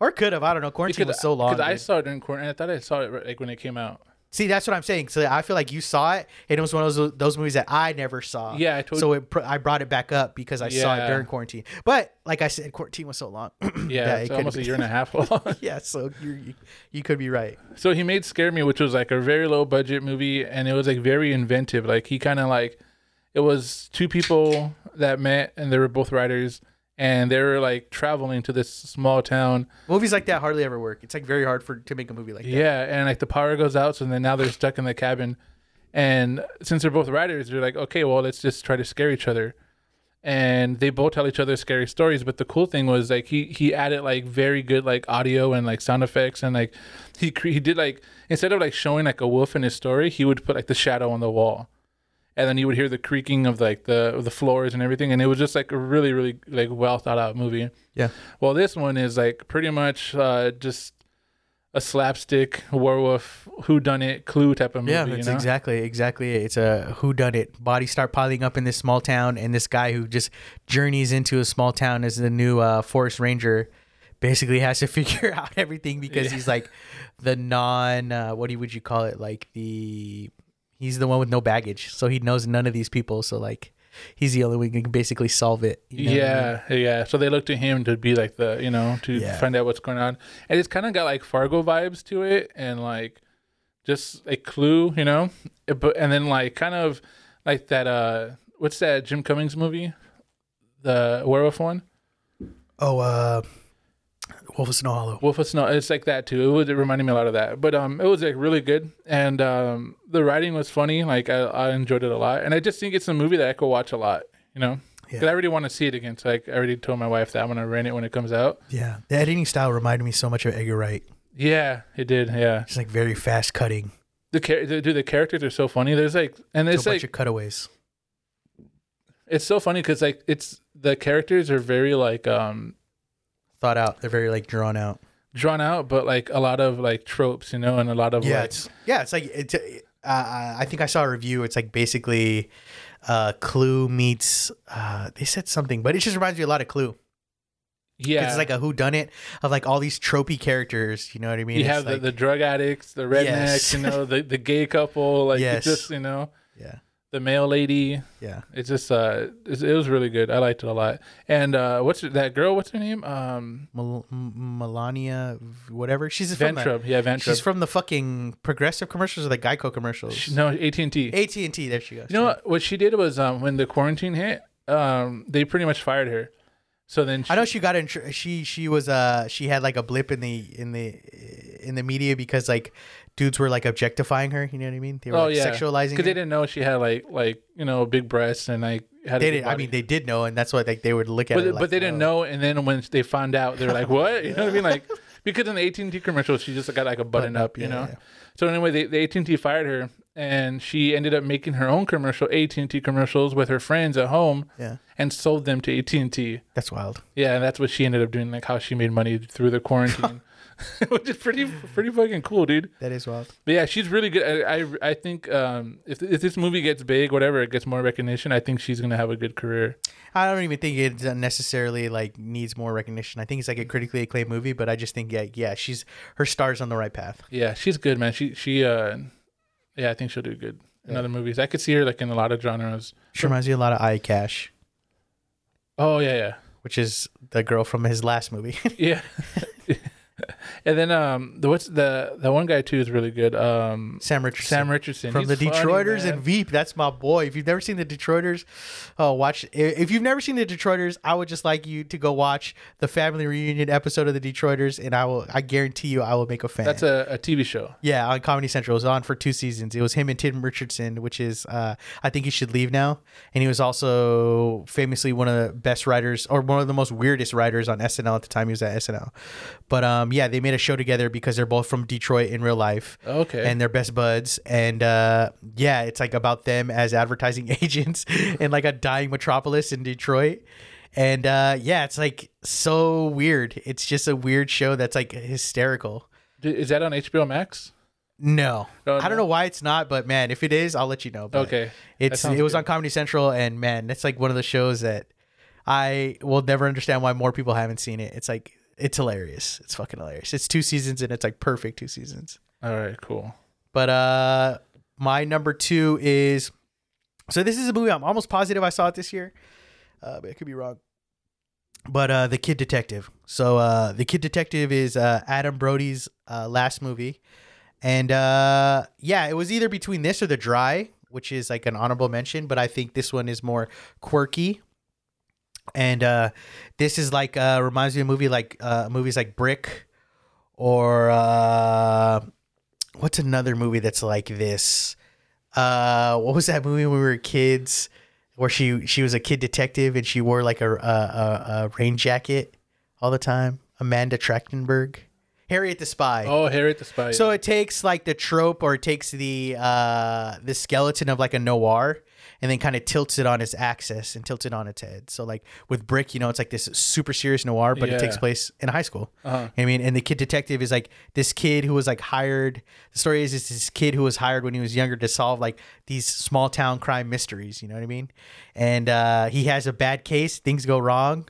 [SPEAKER 1] or could have. I don't know. Quarantine was so long.
[SPEAKER 2] because I
[SPEAKER 1] dude.
[SPEAKER 2] saw it during quarantine. I thought I saw it right, like when it came out.
[SPEAKER 1] See, that's what I'm saying. So I feel like you saw it, and it was one of those those movies that I never saw.
[SPEAKER 2] Yeah, I told-
[SPEAKER 1] so it, pr- I brought it back up because I saw it
[SPEAKER 2] Yeah.
[SPEAKER 1] during quarantine. But like I said, quarantine was so long. <clears throat>
[SPEAKER 2] Yeah,
[SPEAKER 1] it
[SPEAKER 2] it's
[SPEAKER 1] could've
[SPEAKER 2] almost
[SPEAKER 1] <laughs>
[SPEAKER 2] a
[SPEAKER 1] been-
[SPEAKER 2] year and a half long.
[SPEAKER 1] yeah, so you you- you could be right.
[SPEAKER 2] so he made Scare Me, which was like a very low budget movie, and it was like very inventive. Like he kind of like it was two people that met, and they were both writers, and they were like traveling to this small town.
[SPEAKER 1] Movies like that hardly ever work. It's like very hard for to make a movie like that.
[SPEAKER 2] Yeah, and like the power goes out, so then now they're stuck in the cabin, and since they're both writers, they're like, okay, well, let's just try to scare each other. And they both tell each other scary stories, but the cool thing was like he he added like very good like audio and like sound effects and like he cre- he did like instead of like showing like a wolf in his story, he would put like the shadow on the wall, and then you would hear the creaking of like the of the floors and everything, and it was just like a really really like well thought out movie.
[SPEAKER 1] Yeah.
[SPEAKER 2] Well, this one is like pretty much uh, just a slapstick werewolf who done it clue type of movie.
[SPEAKER 1] Yeah,
[SPEAKER 2] you
[SPEAKER 1] that's
[SPEAKER 2] know?
[SPEAKER 1] exactly exactly it. It's a who done it. Bodies start piling up in this small town, and this guy who just journeys into a small town as the new uh, forest ranger basically has to <laughs> figure out everything because he's like the non uh, what do you- would you call it like the he's the one with no baggage, so he knows none of these people. So like he's the only one who can basically solve it. you know what I mean?
[SPEAKER 2] yeah, yeah. So they look to him to be like the you know to
[SPEAKER 1] Yeah.
[SPEAKER 2] find out what's going on, and it's kind of got like Fargo vibes to it, and like just a clue, you know, It- but and then like kind of like that uh what's that Jim Cummings movie, the werewolf one,
[SPEAKER 1] Oh, uh, Wolf of Snow Hollow.
[SPEAKER 2] Wolf of Snow. It's like that too. It was it reminded me a lot of that. But um, it was like really good, and um, the writing was funny. Like I, I enjoyed it a lot, and I just think it's a movie that I could watch a lot. You know, because
[SPEAKER 1] Yeah.
[SPEAKER 2] I already want to see it again. So like, I already told my wife that I'm gonna rent it when it comes out.
[SPEAKER 1] Yeah, the editing style reminded me so much of Edgar Wright.
[SPEAKER 2] Yeah, it did. Yeah,
[SPEAKER 1] It's like very fast cutting,
[SPEAKER 2] the char- the- dude, the characters are so funny. There's like, and
[SPEAKER 1] so a
[SPEAKER 2] it's
[SPEAKER 1] bunch
[SPEAKER 2] like,
[SPEAKER 1] of cutaways.
[SPEAKER 2] it's so funny because like it's the characters are very like um
[SPEAKER 1] thought out. They're very like drawn out.
[SPEAKER 2] drawn out, but like a lot of like tropes, you know, and a lot of
[SPEAKER 1] yeah,
[SPEAKER 2] like,
[SPEAKER 1] it's, yeah. It's like it's. Uh, I I think I saw a review. It's like basically, uh, Clue meets. Uh, they said something, but it just reminds me a lot of Clue. 'Cause
[SPEAKER 2] yeah.
[SPEAKER 1] It's like a whodunit of like all these tropey characters. You know what I mean?
[SPEAKER 2] you
[SPEAKER 1] It's
[SPEAKER 2] have
[SPEAKER 1] like-
[SPEAKER 2] the, the drug addicts, the rednecks,
[SPEAKER 1] Yes.
[SPEAKER 2] you know, the, the gay couple, like
[SPEAKER 1] Yes.
[SPEAKER 2] it's just you know,
[SPEAKER 1] yeah,
[SPEAKER 2] the male lady.
[SPEAKER 1] yeah.
[SPEAKER 2] It's just uh, it's, it was really good. I liked it a lot. And uh, what's her, that girl? What's her name? Um,
[SPEAKER 1] Mel- M- Melania, v- whatever. She's from the,
[SPEAKER 2] Ventrub. Yeah,
[SPEAKER 1] She's
[SPEAKER 2] Ventrub.
[SPEAKER 1] from the fucking progressive commercials or the Geico commercials.
[SPEAKER 2] no, AT and T.
[SPEAKER 1] AT and T. There she goes.
[SPEAKER 2] You know what? What she did was um, when the quarantine hit, um, they pretty much fired her. So then she,
[SPEAKER 1] I know she got in. tr- She she was uh she had like a blip in the in the in the media because like dudes were like objectifying her. You know what I mean? They were
[SPEAKER 2] oh
[SPEAKER 1] like,
[SPEAKER 2] yeah,
[SPEAKER 1] sexualizing. Her.
[SPEAKER 2] because they didn't know she had like like you know big breasts and like had.
[SPEAKER 1] They
[SPEAKER 2] a big
[SPEAKER 1] didn't. I
[SPEAKER 2] body.
[SPEAKER 1] mean, they did know, and that's why like they would look at
[SPEAKER 2] but,
[SPEAKER 1] it. Like,
[SPEAKER 2] but they didn't
[SPEAKER 1] oh.
[SPEAKER 2] know. And then when they found out, they were like, "What?" <laughs> You know what I mean? Like because in the AT and T commercial, she just got like a button,
[SPEAKER 1] Button up,
[SPEAKER 2] up, you
[SPEAKER 1] yeah,
[SPEAKER 2] know.
[SPEAKER 1] yeah.
[SPEAKER 2] So anyway, they, the AT and T fired her, and she ended up making her own commercial, AT and T commercials, with her friends at home,
[SPEAKER 1] Yeah,
[SPEAKER 2] and sold them to AT and T.
[SPEAKER 1] that's wild.
[SPEAKER 2] Yeah, and that's what she ended up doing, like how she made money through the
[SPEAKER 1] <laughs>
[SPEAKER 2] quarantine, <laughs> which is pretty pretty fucking cool, dude.
[SPEAKER 1] That is wild.
[SPEAKER 2] But yeah, she's really good. I I, I think um, if if this movie gets big, whatever, it gets more recognition. I think she's gonna have a good career.
[SPEAKER 1] I don't even think it necessarily like needs more recognition. I think it's like a critically acclaimed movie, but I just think yeah, yeah, she's her star's on the right path.
[SPEAKER 2] Yeah, she's good, man. She she uh, yeah, I think she'll do good in other movies. I could see her like in a lot of genres.
[SPEAKER 1] She reminds me a lot of Eye Cash,
[SPEAKER 2] Oh yeah, yeah.
[SPEAKER 1] which is the girl from his last movie. <laughs>
[SPEAKER 2] Yeah. and then um the what's the the one guy too is really good. Um
[SPEAKER 1] Sam Richardson.
[SPEAKER 2] Sam Richardson
[SPEAKER 1] from the
[SPEAKER 2] He's funny,
[SPEAKER 1] Detroiters
[SPEAKER 2] man.
[SPEAKER 1] and Veep. That's my boy. If you've never seen the Detroiters, oh, watch. i- If you've never seen the Detroiters, I would just like you to go watch the family reunion episode of the Detroiters, and I will. I guarantee you, I will make a fan.
[SPEAKER 2] that's a, a TV show.
[SPEAKER 1] yeah, on Comedy Central. It was on for two seasons. It was him and Tim Richardson, which is uh, I think he should leave now. And he was also famously one of the best writers or one of the most weirdest writers on SNL at the time he was at SNL. But um, yeah, they made a a show together because they're both from Detroit in real life.
[SPEAKER 2] Okay.
[SPEAKER 1] And they're best buds. And uh, yeah, it's like about them as advertising <laughs> agents in like a dying metropolis in Detroit. And uh, yeah, it's like so weird. It's just a weird show that's like hysterical.
[SPEAKER 2] D- Is that on HBO Max?
[SPEAKER 1] No,
[SPEAKER 2] Oh,
[SPEAKER 1] I don't
[SPEAKER 2] no.
[SPEAKER 1] know why it's not, but man, if it is, I'll let you know. But
[SPEAKER 2] Okay.
[SPEAKER 1] it's
[SPEAKER 2] sounds
[SPEAKER 1] it was
[SPEAKER 2] good.
[SPEAKER 1] on Comedy Central, and man, that's like one of the shows that I will never understand why more people haven't seen it. It's like it's hilarious. It's fucking hilarious. It's two seasons, and it's like perfect two seasons.
[SPEAKER 2] All right, cool.
[SPEAKER 1] But uh, my number two is so this is a movie I'm almost positive I saw it this year, uh, but it could be wrong. But uh, the Kid Detective. So uh, the Kid Detective is uh, Adam Brody's uh, last movie, and uh, yeah, it was either between this or The Dry, which is like an honorable mention, but I think this one is more quirky. And uh, this is like uh, reminds me of a movie like uh, movies like Brick, or uh, what's another movie that's like this? Uh, what was that movie when we were kids, where she she was a kid detective and she wore like a a, a, a rain jacket all the time? Amanda Trachtenberg, Harriet the Spy.
[SPEAKER 2] Oh, Harriet the Spy.
[SPEAKER 1] So it takes like the trope or it takes the uh the skeleton of like a noir and then kind of tilts it on its axis and tilts it on its head. So like with Brick, you know, it's like this super serious noir, but it takes
[SPEAKER 2] Yeah.
[SPEAKER 1] place in high school.
[SPEAKER 2] Uh-huh.
[SPEAKER 1] I mean, and the kid detective is like this kid who was like hired. The story is it's this kid who was hired when he was younger to solve like these small town crime mysteries. You know what I mean? And uh, he has a bad case. Things go wrong,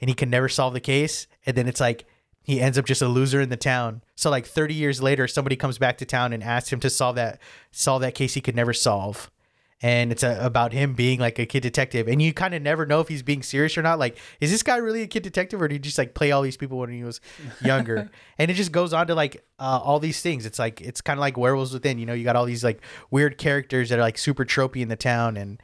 [SPEAKER 1] and he can never solve the case. And then it's like he ends up just a loser in the town. So like 30 years later, somebody comes back to town and asks him to solve that solve that case he could never solve and it's a, about him being like a kid detective and you kind of never know if he's being serious or not like is this guy really a kid detective or did he just like play all these people when he was younger and it just goes on to like uh, all these things it's like it's kind of like werewolves within you know you got all these like weird characters that are like super tropey in the town and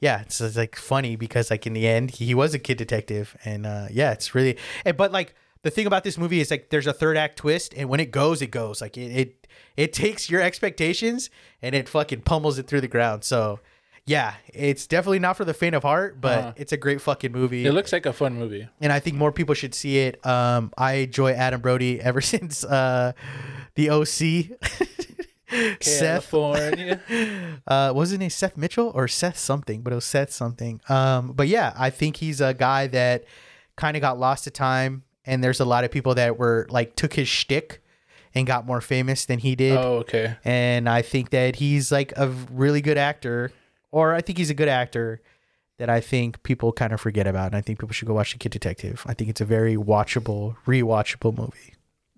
[SPEAKER 1] yeah it's, it's like funny because like in the end he was a kid detective and uh yeah it's really and, but like the thing about this movie is like there's a third act twist and when it goes it goes like it it, it takes your expectations and it fucking pummels it through the ground so yeah it's definitely not for the faint of heart but
[SPEAKER 2] Uh-huh.
[SPEAKER 1] it's a great fucking movie
[SPEAKER 2] it looks like a fun movie.
[SPEAKER 1] and I think more people should see it. Um, I enjoy Adam Brody ever <laughs> since uh, the <laughs> OC. Seth,
[SPEAKER 2] California.
[SPEAKER 1] uh, was his name Seth Mitchell or Seth something? But it was Seth something. Um, but yeah, I think he's a guy that kind of got lost to time, and there's a lot of people that were like took his shtick and got more famous than he <laughs> did.
[SPEAKER 2] oh, okay.
[SPEAKER 1] And I think that he's like a really good actor, or I think he's a good actor that I think people kind of forget about. And I think people should go watch The Kid Detective. I think it's a very watchable, rewatchable movie.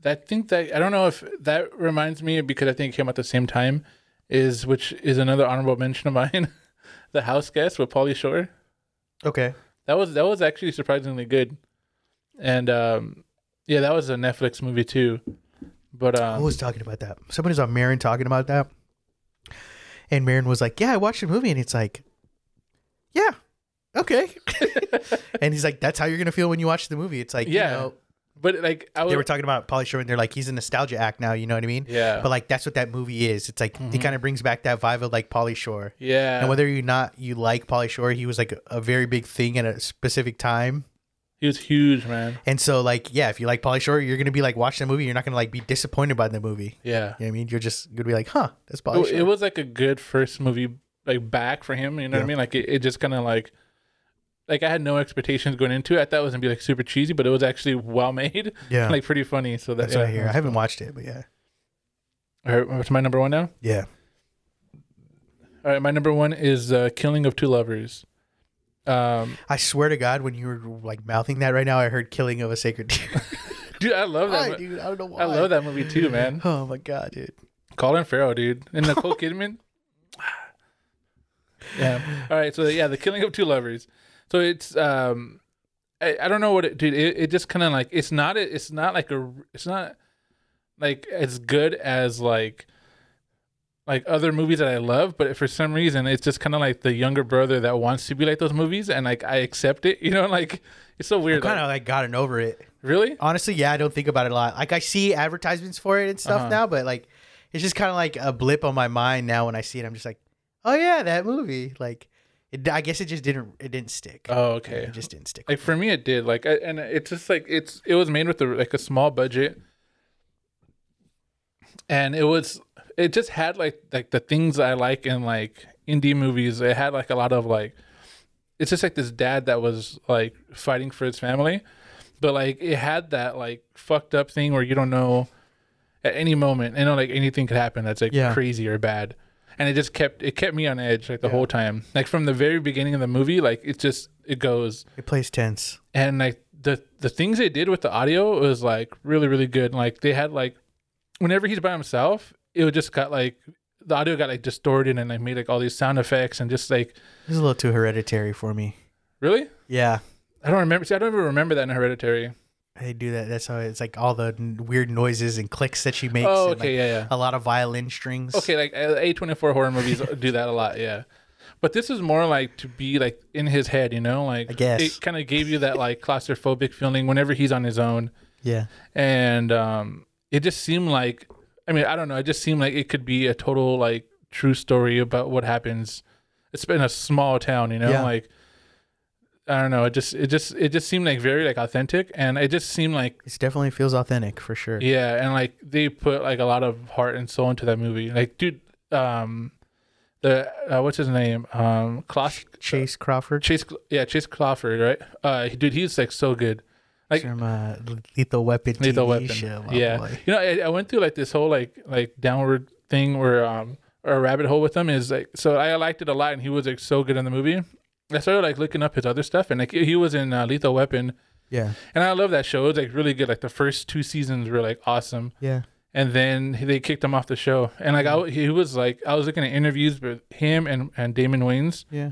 [SPEAKER 2] I think that I don't know if that reminds me because I think it came out the same time, is which is another honorable mention of mine, <laughs> the House Guest with Pauly Shore.
[SPEAKER 1] Okay.
[SPEAKER 2] That was that was actually surprisingly good, and um, yeah, that was a Netflix movie too. But
[SPEAKER 1] I
[SPEAKER 2] um,
[SPEAKER 1] was talking about that. Somebody was on Marin talking about that. And Marin was like, Yeah, I watched the movie. And it's like, Yeah, okay. <laughs> and he's like, That's how you're going to feel when you watch the movie. It's like,
[SPEAKER 2] Yeah.
[SPEAKER 1] you know,
[SPEAKER 2] but like I was,
[SPEAKER 1] they were talking about Polly Shore and they're like, He's a nostalgia act now. You know what I mean?
[SPEAKER 2] yeah, Mm-hmm.
[SPEAKER 1] But like that's what that movie is. It's like it kind of brings back that vibe of like Polly Shore.
[SPEAKER 2] yeah.
[SPEAKER 1] And whether you not you like Polly Shore, he was like a, a very big thing at a specific time.
[SPEAKER 2] he was huge, man.
[SPEAKER 1] And so like yeah, if you like Polly Shore, you're gonna be like watching the movie. You're not gonna like be disappointed by the movie.
[SPEAKER 2] Yeah,
[SPEAKER 1] You know what I mean? You're just gonna be like, huh, that's Polly
[SPEAKER 2] it,
[SPEAKER 1] Shore.
[SPEAKER 2] it was like a good first movie like back for him. You know what I
[SPEAKER 1] Yeah.
[SPEAKER 2] mean? Like it, it just kind of like. Like I had no expectations going into it. I thought it was gonna be like super cheesy, but it was actually well made,
[SPEAKER 1] yeah,
[SPEAKER 2] like pretty funny. So that,
[SPEAKER 1] that's
[SPEAKER 2] yeah,
[SPEAKER 1] what I hear. I haven't watched it, but yeah,
[SPEAKER 2] All right, what's my number one now?
[SPEAKER 1] yeah.
[SPEAKER 2] All right, my number one is uh, "Killing of Two Lovers." Um,
[SPEAKER 1] I swear to God, when you were like mouthing that right now, I heard "Killing of a Sacred Deer."
[SPEAKER 2] dude, <laughs> I love that.
[SPEAKER 1] Why,
[SPEAKER 2] mo-
[SPEAKER 1] <laughs> dude? I don't know why.
[SPEAKER 2] I love that movie too, man.
[SPEAKER 1] Oh my god, dude.
[SPEAKER 2] Colin Farrell, dude, and Nicole Kidman. yeah. All right. So yeah, the killing of two lovers. So it's um, I, I don't know what it, dude. It, it just kind of like it's not a, it's not like a it's not like as good as like like other movies that I love, but for some reason it's just kind of like the younger brother that wants to be like those movies, and like I accept it. <laughs> You know, like it's so weird.
[SPEAKER 1] Kind
[SPEAKER 2] like,
[SPEAKER 1] of like gotten over it.
[SPEAKER 2] really?
[SPEAKER 1] honestly, yeah, I don't think about it a lot. Like I see advertisements for it and stuff
[SPEAKER 2] Uh-huh.
[SPEAKER 1] now, but like it's just kind of like a blip on my mind now when I see it. I'm just like, oh yeah, that movie. Like, it, I guess it just didn't it didn't stick.
[SPEAKER 2] Oh, okay.
[SPEAKER 1] It just didn't stick.
[SPEAKER 2] like for me it did like I, and it's just like it's it was made with a, like a small budget and it was it just had like like the things I like in like indie movies. It had like a lot of like it's just like this dad that was like fighting for his family, but like it had that like fucked up thing where you don't know at any moment, you know, like anything could happen that's like
[SPEAKER 1] Yeah.
[SPEAKER 2] crazy or bad. And it just kept it kept me on edge like the whole time. Like from the very beginning of the movie, like it just it goes
[SPEAKER 1] It plays tense.
[SPEAKER 2] and like the the things they did with the audio was like really really good like they had like whenever he's by himself it would just got like the audio got like distorted and like made like all these sound effects and just like
[SPEAKER 1] It's a little too hereditary for me.
[SPEAKER 2] really
[SPEAKER 1] Yeah,
[SPEAKER 2] i don't remember see i don't even remember that in hereditary
[SPEAKER 1] they do that. That's how it's like all the n- weird noises and clicks that she makes.
[SPEAKER 2] oh
[SPEAKER 1] and, like,
[SPEAKER 2] okay yeah yeah
[SPEAKER 1] A lot of violin strings.
[SPEAKER 2] okay like a24 horror movies <laughs> do that a lot yeah but this is more like to be like in his head you know like
[SPEAKER 1] I guess.
[SPEAKER 2] it kind of gave you that like claustrophobic feeling whenever he's on his own
[SPEAKER 1] Yeah.
[SPEAKER 2] and um, it just seemed like i mean i don't know it just seemed like it could be a total like true story about what happens it's been a small town you know
[SPEAKER 1] Yeah.
[SPEAKER 2] like i don't know it just it just it just seemed like very like authentic and it just seemed like
[SPEAKER 1] It definitely feels authentic for sure.
[SPEAKER 2] yeah and like they put like a lot of heart and soul into that movie like dude um the uh, what's his name um Klaus,
[SPEAKER 1] Chase Crawford
[SPEAKER 2] chase yeah chase crawford right uh dude he's like so good like-
[SPEAKER 1] from uh, Lethal Weapon
[SPEAKER 2] Lethal
[SPEAKER 1] TV
[SPEAKER 2] Weapon.
[SPEAKER 1] show. my
[SPEAKER 2] yeah,
[SPEAKER 1] boy.
[SPEAKER 2] you know, I, I went through like this whole like like downward thing where um or a rabbit hole with him is like so I liked it a lot and he was like so good in the movie. I started like looking up his other stuff and like he was in uh, Lethal Weapon
[SPEAKER 1] Yeah.
[SPEAKER 2] and I love that show. It was like really good. Like the first two seasons were like awesome
[SPEAKER 1] Yeah.
[SPEAKER 2] and then he- they kicked him off the show. And like I he was like I was looking at interviews with him and and Damon Wayans
[SPEAKER 1] Yeah.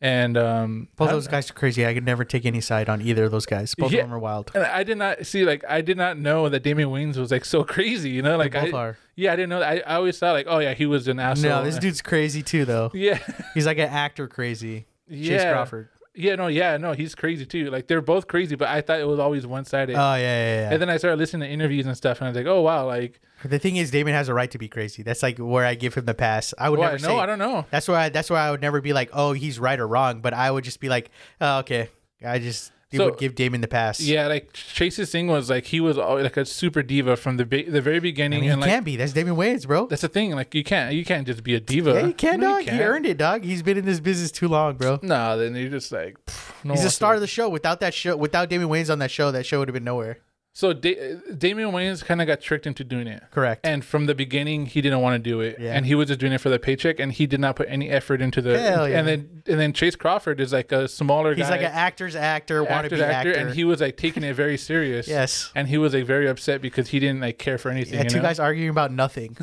[SPEAKER 2] and um
[SPEAKER 1] Both
[SPEAKER 2] I-
[SPEAKER 1] those guys are crazy. I could never take any side on either of those guys. Both
[SPEAKER 2] Yeah.
[SPEAKER 1] of them are wild.
[SPEAKER 2] and I did not see like I did not know that Damien Wayans was like so <laughs> crazy, you know, like
[SPEAKER 1] both
[SPEAKER 2] I,
[SPEAKER 1] are.
[SPEAKER 2] Yeah, I didn't know. That. I, I always thought like, oh yeah, he was an asshole.
[SPEAKER 1] no,
[SPEAKER 2] <laughs>
[SPEAKER 1] this dude's crazy too, though.
[SPEAKER 2] Yeah,
[SPEAKER 1] He's like an actor crazy. Chase
[SPEAKER 2] Yeah.
[SPEAKER 1] Crawford.
[SPEAKER 2] yeah, no, yeah, no, he's crazy too. Like they're both crazy, but I thought it was always one sided.
[SPEAKER 1] Oh yeah, yeah, yeah.
[SPEAKER 2] and then I started listening to interviews and stuff, and I was like, oh wow, like
[SPEAKER 1] the thing is, Damon has a right to be crazy. That's like where I give him the pass. I would
[SPEAKER 2] well,
[SPEAKER 1] never
[SPEAKER 2] no,
[SPEAKER 1] say.
[SPEAKER 2] I don't know.
[SPEAKER 1] That's why. that's why I would never be like, oh, he's right or wrong. But I would just be like, oh, okay. I just it
[SPEAKER 2] So-
[SPEAKER 1] would give Damon the pass.
[SPEAKER 2] Yeah, like Chase's thing was like he was always, like a super diva from the ba- the very
[SPEAKER 1] I
[SPEAKER 2] beginning,
[SPEAKER 1] mean, he
[SPEAKER 2] and like
[SPEAKER 1] can be. That's Damon Wayans, bro.
[SPEAKER 2] that's the thing. Like you can't you can't just be a diva.
[SPEAKER 1] Yeah, he can,
[SPEAKER 2] No,
[SPEAKER 1] dog. He
[SPEAKER 2] can't.
[SPEAKER 1] earned it, dog. He's been in this business too long, bro.
[SPEAKER 2] No, then you're just like pff,
[SPEAKER 1] He's
[SPEAKER 2] no one
[SPEAKER 1] a
[SPEAKER 2] wants to-
[SPEAKER 1] star of the show. Without that show, without Damon Wayans on that show, that show would have been nowhere.
[SPEAKER 2] So da- Damian Wayans kind of got tricked into doing it.
[SPEAKER 1] Correct.
[SPEAKER 2] And from the beginning, he didn't want to do it,
[SPEAKER 1] Yeah.
[SPEAKER 2] and he was just doing it for the paycheck, and he did not put any effort into the.
[SPEAKER 1] Hell yeah.
[SPEAKER 2] And then, and then Chase Crawford is like a smaller
[SPEAKER 1] He's
[SPEAKER 2] guy,
[SPEAKER 1] like an actor's actor,
[SPEAKER 2] actor's
[SPEAKER 1] wannabe actor.
[SPEAKER 2] and he was like taking it very serious.
[SPEAKER 1] yes.
[SPEAKER 2] And he was like very upset because he didn't like care for anything.
[SPEAKER 1] Yeah,
[SPEAKER 2] you
[SPEAKER 1] two
[SPEAKER 2] know?
[SPEAKER 1] guys arguing about
[SPEAKER 2] <laughs>
[SPEAKER 1] nothing.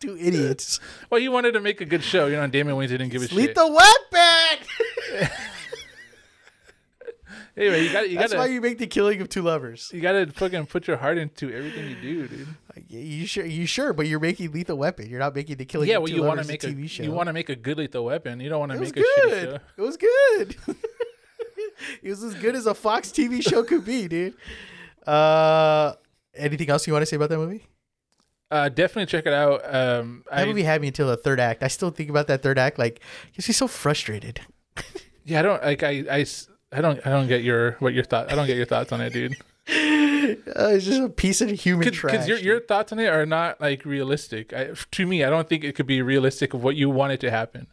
[SPEAKER 1] two idiots.
[SPEAKER 2] well, he wanted to make a good show, you know. And Damian Wayans didn't give a
[SPEAKER 1] Lead
[SPEAKER 2] shit.
[SPEAKER 1] the weapon.
[SPEAKER 2] Anyway, you got you got
[SPEAKER 1] That's why
[SPEAKER 2] to
[SPEAKER 1] you make the killing of two lovers.
[SPEAKER 2] you got to fucking put your heart into everything you do, dude.
[SPEAKER 1] You sure? You sure? But you're making Lethal Weapon. You're not making the killing.
[SPEAKER 2] Yeah,
[SPEAKER 1] of
[SPEAKER 2] well,
[SPEAKER 1] two
[SPEAKER 2] you want
[SPEAKER 1] lovers
[SPEAKER 2] to make
[SPEAKER 1] a
[SPEAKER 2] a
[SPEAKER 1] TV show.
[SPEAKER 2] you want to make a good lethal weapon. You don't want to
[SPEAKER 1] it was
[SPEAKER 2] make a shitty show.
[SPEAKER 1] good. It was good. <laughs> it was as good as a Fox TV show could be, dude. Uh, anything else you want to say about that movie?
[SPEAKER 2] Uh, definitely check it out. Um,
[SPEAKER 1] That
[SPEAKER 2] I,
[SPEAKER 1] movie had me until the third act. I still think about that third act. Like, because he's so frustrated.
[SPEAKER 2] Yeah, I don't like I, I s- I don't I don't get your what your thought I don't get your thoughts on
[SPEAKER 1] <laughs>
[SPEAKER 2] it, dude.
[SPEAKER 1] Uh, it's just a piece of human trash.
[SPEAKER 2] Because your your thoughts on it are not like realistic. I, to me, I don't think it could be realistic of what you wanted to happen.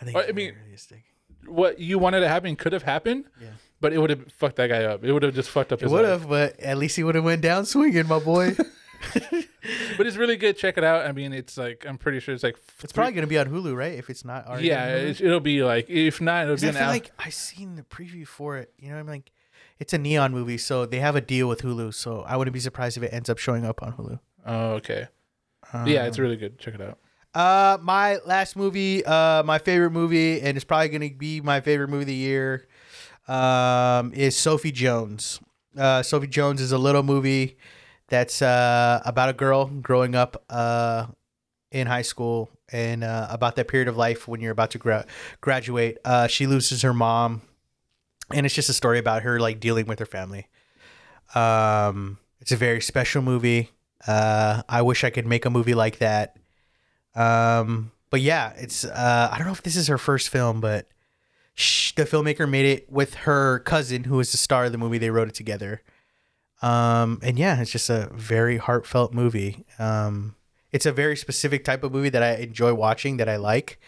[SPEAKER 1] I think.
[SPEAKER 2] I
[SPEAKER 1] it's
[SPEAKER 2] mean-
[SPEAKER 1] realistic.
[SPEAKER 2] What you wanted to happen could have happened,
[SPEAKER 1] Yeah.
[SPEAKER 2] but it would have fucked that guy up. It would have just fucked up.
[SPEAKER 1] It
[SPEAKER 2] His
[SPEAKER 1] would
[SPEAKER 2] life.
[SPEAKER 1] have, but at least he would have went down swinging, my
[SPEAKER 2] <laughs>
[SPEAKER 1] boy.
[SPEAKER 2] But it's really good. Check it out. I mean, it's like I'm pretty sure it's like
[SPEAKER 1] it's probably gonna be on Hulu, right? If it's not already.
[SPEAKER 2] yeah.
[SPEAKER 1] on Hulu.
[SPEAKER 2] It, it'll be like if not, it'll
[SPEAKER 1] 'Cause
[SPEAKER 2] be
[SPEAKER 1] I
[SPEAKER 2] an
[SPEAKER 1] feel
[SPEAKER 2] hour.
[SPEAKER 1] like I seen the preview for it. You know, I'm like, it's a neon movie, so they have a deal with Hulu. So I wouldn't be surprised if it ends up showing up on Hulu.
[SPEAKER 2] oh okay. yeah,
[SPEAKER 1] um,
[SPEAKER 2] it's really good. Check it out.
[SPEAKER 1] Uh, my last movie, uh, my favorite movie, and it's probably gonna be my favorite movie of the year, um, is Sophie Jones. Uh, Sophie Jones is a little movie that's uh about a girl growing up uh in high school and uh, about that period of life when you're about to gra- graduate. Uh, she loses her mom, and it's just a story about her like dealing with her family. Um, it's a very special movie. Uh, I wish I could make a movie like that. Um, but yeah, it's uh, I don't know if this is her first film, but sh- the filmmaker made it with her cousin, who is the star of the movie. They wrote it together. Um, and yeah, it's just a very heartfelt movie. Um, it's a very specific type of movie that I enjoy watching that I like.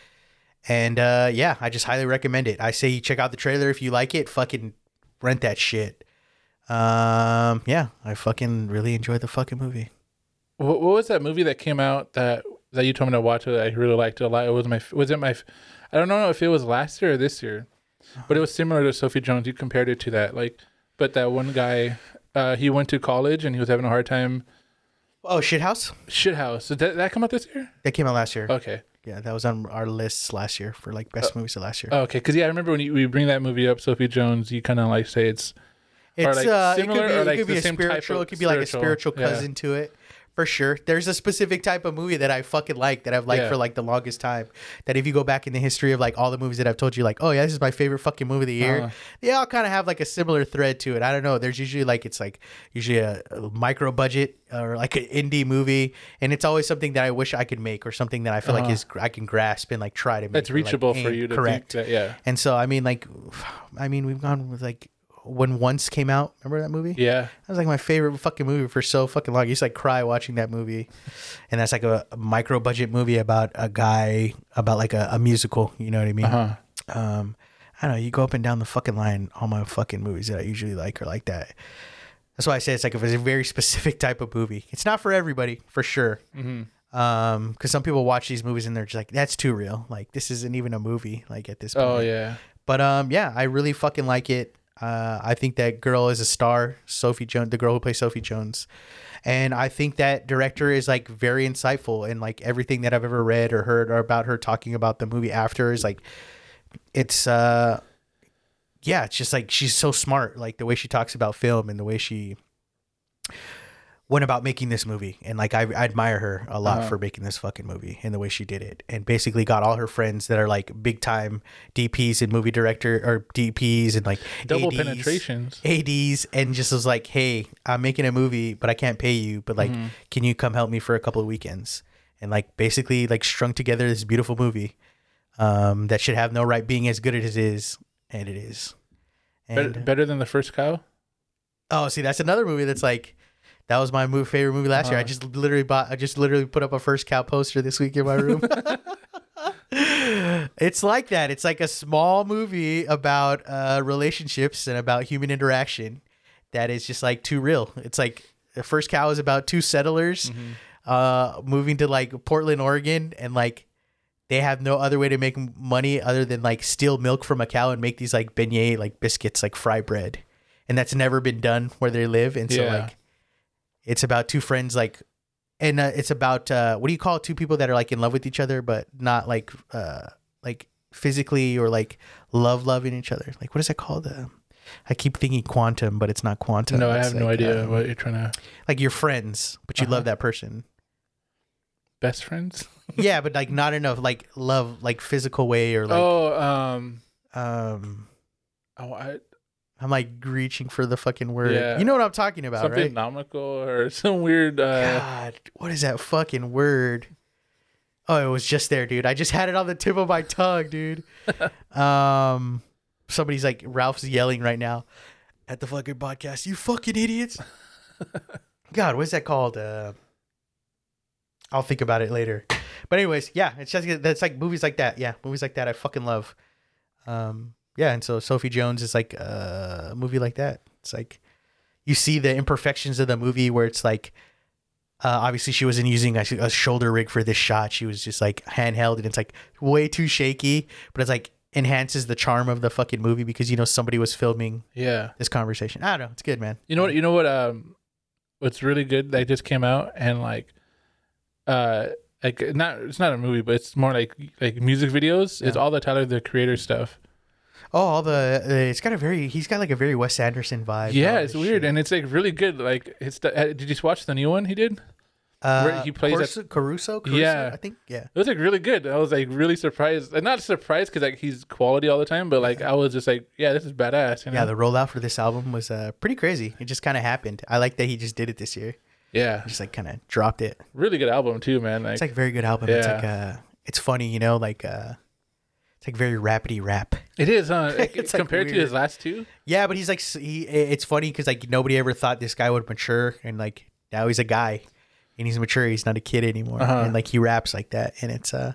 [SPEAKER 1] And uh, yeah, I just highly recommend it. I say you check out the trailer if you like it. Fucking rent that shit. Um, yeah, I fucking really enjoy the fucking movie.
[SPEAKER 2] Wh- What, was that movie that came out that that you told me to watch that I really liked a lot? It was my f- was it my f- I don't know if it was last year or this year, but
[SPEAKER 1] Uh-huh.
[SPEAKER 2] it was similar to Sophie Jones. You compared it to that, like, but that one guy, uh, he went to college and he was having a hard time.
[SPEAKER 1] Oh, Shithouse?
[SPEAKER 2] Shithouse did that, that come out this year?
[SPEAKER 1] That came out last year.
[SPEAKER 2] Okay,
[SPEAKER 1] Yeah, that was on our lists last year for like best movies of last year.
[SPEAKER 2] oh, okay, because yeah, I remember when you, we bring that movie up, Sophie Jones, you kind of like say it's
[SPEAKER 1] It's
[SPEAKER 2] like,
[SPEAKER 1] uh,
[SPEAKER 2] similar
[SPEAKER 1] it could be,
[SPEAKER 2] or,
[SPEAKER 1] it
[SPEAKER 2] like,
[SPEAKER 1] could be
[SPEAKER 2] the
[SPEAKER 1] a
[SPEAKER 2] same type of
[SPEAKER 1] spiritual. It could be like a
[SPEAKER 2] spiritual,
[SPEAKER 1] spiritual
[SPEAKER 2] yeah.
[SPEAKER 1] cousin to it, for sure. There's a specific type of movie that I fucking like that I've liked
[SPEAKER 2] Yeah.
[SPEAKER 1] for like the longest time. That if you go back in the history of like all the movies that I've told you, like oh yeah, this is my favorite fucking movie of the
[SPEAKER 2] Uh-huh.
[SPEAKER 1] year. They all kind of have like a similar thread to it. I don't know. There's usually like it's like usually a, a micro budget or like an indie movie, and it's always something that I wish I could make or something that I feel like is I can grasp and like try to make.
[SPEAKER 2] Uh-huh. that's
[SPEAKER 1] or, like,
[SPEAKER 2] reachable for
[SPEAKER 1] aim-
[SPEAKER 2] you to
[SPEAKER 1] correct.
[SPEAKER 2] think that yeah,
[SPEAKER 1] And so I mean like I mean we've gone with like when once came out, remember that movie?
[SPEAKER 2] yeah.
[SPEAKER 1] That was like my favorite fucking movie for so fucking long. I used to like cry watching that movie. And that's like a, micro budget movie about a guy about like a, a musical, you know what I mean?
[SPEAKER 2] Uh-huh.
[SPEAKER 1] Um I don't know, you go up and down the fucking line, all my fucking movies that I usually like are like that. That's why I say it's like if it's a very specific type of movie. It's not for everybody, for sure.
[SPEAKER 2] Mm-hmm.
[SPEAKER 1] Um, because some people watch these movies and they're just like, that's too real. Like this isn't even a movie. Like at this point,
[SPEAKER 2] Oh yeah.
[SPEAKER 1] but um, yeah, I really fucking like it. Uh, I think that girl is a star, Sophie Jones, the girl who plays Sophie Jones, and I think that director is like very insightful. And like everything that I've ever read or heard or about her talking about the movie after is like, it's uh, yeah, it's just like she's so smart. Like the way she talks about film and the way she went about making this movie and like I, I admire her a lot for making this fucking movie and the way she did it and basically got all her friends that are like big time DPs and movie director or DPs and like
[SPEAKER 2] Double
[SPEAKER 1] ADs,
[SPEAKER 2] penetrations.
[SPEAKER 1] ADs and just was like hey I'm making a movie but I can't pay you but like can you come help me for a couple of weekends and like basically like strung together this beautiful movie um that should have no right being as good as it is and it is
[SPEAKER 2] Better, better than the first cow.
[SPEAKER 1] Oh, see, that's another movie that's like that was my movie, favorite movie last year. I just literally bought I just literally put up a first cow poster this week in my room. it's like that. It's like a small movie about uh, relationships and about human interaction that is just like too real. It's like the first cow is about two settlers uh, moving to like Portland, Oregon, and like they have no other way to make m- money other than like steal milk from a cow and make these like beignet like biscuits like fry bread and that's never been done where they live and so
[SPEAKER 2] Yeah.
[SPEAKER 1] like it's about two friends like and uh, it's about uh what do you call it? two people that are like in love with each other but not like uh like physically or like love loving each other like what is that called uh, i keep thinking quantum but it's not quantum
[SPEAKER 2] No, I
[SPEAKER 1] It's
[SPEAKER 2] have no
[SPEAKER 1] like,
[SPEAKER 2] idea
[SPEAKER 1] um,
[SPEAKER 2] what Uh-huh. you're trying to.
[SPEAKER 1] like your friends but you love that person
[SPEAKER 2] Best friends.
[SPEAKER 1] yeah but like not enough like love like physical way or like
[SPEAKER 2] oh, um,
[SPEAKER 1] um
[SPEAKER 2] oh, I,
[SPEAKER 1] I'm like reaching for the fucking word.
[SPEAKER 2] Yeah.
[SPEAKER 1] You know what I'm talking about, right?
[SPEAKER 2] something nomical or <laughs> some weird. Uh,
[SPEAKER 1] God, what is that fucking word? Oh, it was just there, dude. I just had it on the tip of my tongue, dude. um, somebody's like Ralph's yelling right now at the fucking podcast. You fucking idiots! God, what's that called? Uh, I'll think about it later. But anyways, yeah, it's just that's like movies like that. Yeah, movies like that I fucking love. Um, yeah, and so Sophie Jones is like uh, a movie like that. It's like you see the imperfections of the movie where it's like uh, obviously she wasn't using a, a shoulder rig for this shot. She was just like handheld, and it's like way too shaky. But it's like enhances the charm of the fucking movie because you know somebody was filming
[SPEAKER 2] yeah,
[SPEAKER 1] this conversation. I don't know. It's good, man.
[SPEAKER 2] you know what? You know what? Um, what's really good that just came out and like, uh, like not it's not a movie, but it's more like like music videos. It's all the Tyler the Creator stuff.
[SPEAKER 1] Oh, all the uh, it's got a very he's got like a very Wes Anderson vibe.
[SPEAKER 2] yeah,
[SPEAKER 1] all
[SPEAKER 2] it's
[SPEAKER 1] this
[SPEAKER 2] weird
[SPEAKER 1] shit.
[SPEAKER 2] and it's like really good. Like it's the, uh, did you watch the new one he did? where
[SPEAKER 1] Uh,
[SPEAKER 2] he plays at-
[SPEAKER 1] Corso- Caruso, Caruso.
[SPEAKER 2] Yeah.
[SPEAKER 1] I think yeah.
[SPEAKER 2] It was like really good. I was like really surprised, and not surprised because like he's quality all the time, but like I was just like, yeah, this is badass. You know?
[SPEAKER 1] Yeah, the rollout for this album was uh, pretty crazy. It just kind of happened. I like that he just did it this year.
[SPEAKER 2] yeah,
[SPEAKER 1] Just like kind of dropped it.
[SPEAKER 2] really good album too, man. Like,
[SPEAKER 1] It's like a very good album. It's
[SPEAKER 2] Yeah.
[SPEAKER 1] like uh it's funny, you know, like uh It's like very rapidy rap.
[SPEAKER 2] It is, huh?
[SPEAKER 1] <laughs>
[SPEAKER 2] Like,
[SPEAKER 1] It's, like,
[SPEAKER 2] compared to
[SPEAKER 1] weird.
[SPEAKER 2] his last two.
[SPEAKER 1] Yeah, but he's like s- he. i- It's funny because like nobody ever thought this guy would mature, and like now he's a guy, and he's mature. He's not a kid anymore,
[SPEAKER 2] Uh-huh.
[SPEAKER 1] and like he raps like that, and it's uh.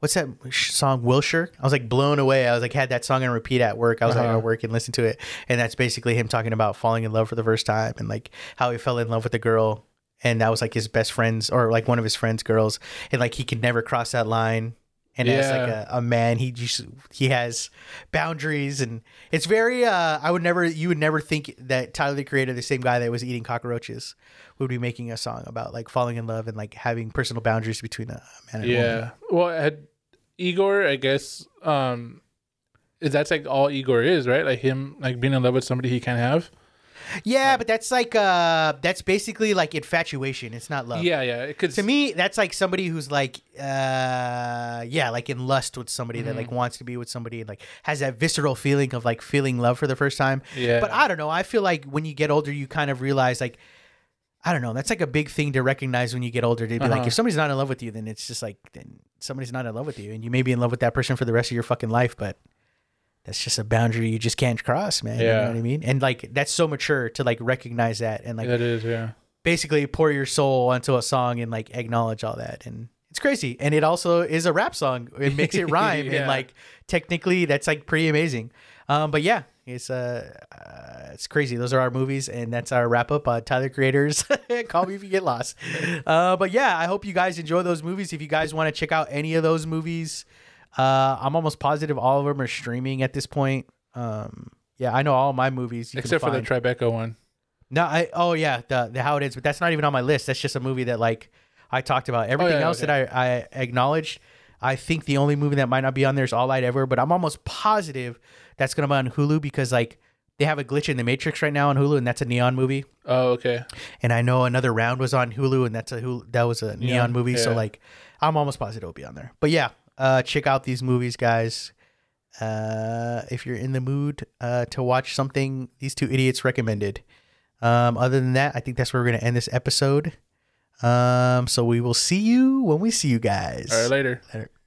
[SPEAKER 1] What's that sh- song, Wilshire? I was like blown away. I was like, had that song on repeat at work. I was like,
[SPEAKER 2] Uh-huh.
[SPEAKER 1] at work and listened to it. And that's basically him talking about falling in love for the first time and like how he fell in love with a girl. And that was like his best friend's or like one of his friend's girls. And like he could never cross that line. And as like
[SPEAKER 2] Yeah.
[SPEAKER 1] a, a man, he just, he has boundaries and it's very uh I would never you would never think that Tyler the Creator, the same guy that was eating cockroaches, would be making a song about like falling in love and like having personal boundaries between a man and a woman.
[SPEAKER 2] Yeah. Well, had Igor, I guess, um, is that's like all Igor is, right? Like him, like being in love with somebody he can't have.
[SPEAKER 1] Yeah, but that's like uh that's basically like infatuation. It's not love.
[SPEAKER 2] Yeah, yeah. It could
[SPEAKER 1] Uh, To me, that's like somebody who's like uh yeah, like in lust with somebody that
[SPEAKER 2] Mm-hmm.
[SPEAKER 1] like wants to be with somebody and like has that visceral feeling of like feeling love for the first time.
[SPEAKER 2] Yeah.
[SPEAKER 1] But I don't know. I feel like when you get older, you kind of realize like, I don't know. That's like a big thing to recognize when you get older. To be like,
[SPEAKER 2] Uh-huh.
[SPEAKER 1] if somebody's not in love with you, then it's just like then somebody's not in love with you, and you may be in love with that person for the rest of your fucking life, but that's just a boundary you just can't cross, man. You
[SPEAKER 2] Yeah.
[SPEAKER 1] know what I mean? And like that's so mature to like recognize that and like
[SPEAKER 2] that is, yeah.
[SPEAKER 1] basically pour your soul onto a song and like acknowledge all that and it's crazy and it also is a rap song it makes
[SPEAKER 2] <laughs>
[SPEAKER 1] it rhyme
[SPEAKER 2] Yeah.
[SPEAKER 1] and like technically that's like pretty amazing um but yeah it's uh, uh it's crazy those are our movies and that's our wrap up uh tyler creators <laughs> call me if you get lost uh but yeah i hope you guys enjoy those movies if you guys want to check out any of those movies uh i'm almost positive all of them are streaming at this point um yeah i know all my movies you can
[SPEAKER 2] Except for the
[SPEAKER 1] find.
[SPEAKER 2] Tribeca one.
[SPEAKER 1] No, I oh yeah, the the how it ends, but that's not even on my list. That's just a movie that like I talked about. Everything
[SPEAKER 2] Oh, yeah,
[SPEAKER 1] else
[SPEAKER 2] okay.
[SPEAKER 1] that I, I acknowledged, I think the only movie that might not be on there is All Light Ever, but I'm almost positive that's gonna be on Hulu because like they have a glitch in the Matrix right now on Hulu, and that's a neon movie.
[SPEAKER 2] Oh, okay.
[SPEAKER 1] And I know another round was on Hulu, and that's a Hulu, that was a neon
[SPEAKER 2] Neon,
[SPEAKER 1] movie. So
[SPEAKER 2] yeah.
[SPEAKER 1] like, I'm almost positive it'll be on there. But yeah, uh, check out these movies, guys. Uh, if you're in the mood uh, to watch something, these two idiots recommended. Um, other than that, I think that's where we're gonna end this episode. Um, so we will see you when we see you guys.
[SPEAKER 2] All right, later.
[SPEAKER 1] Later.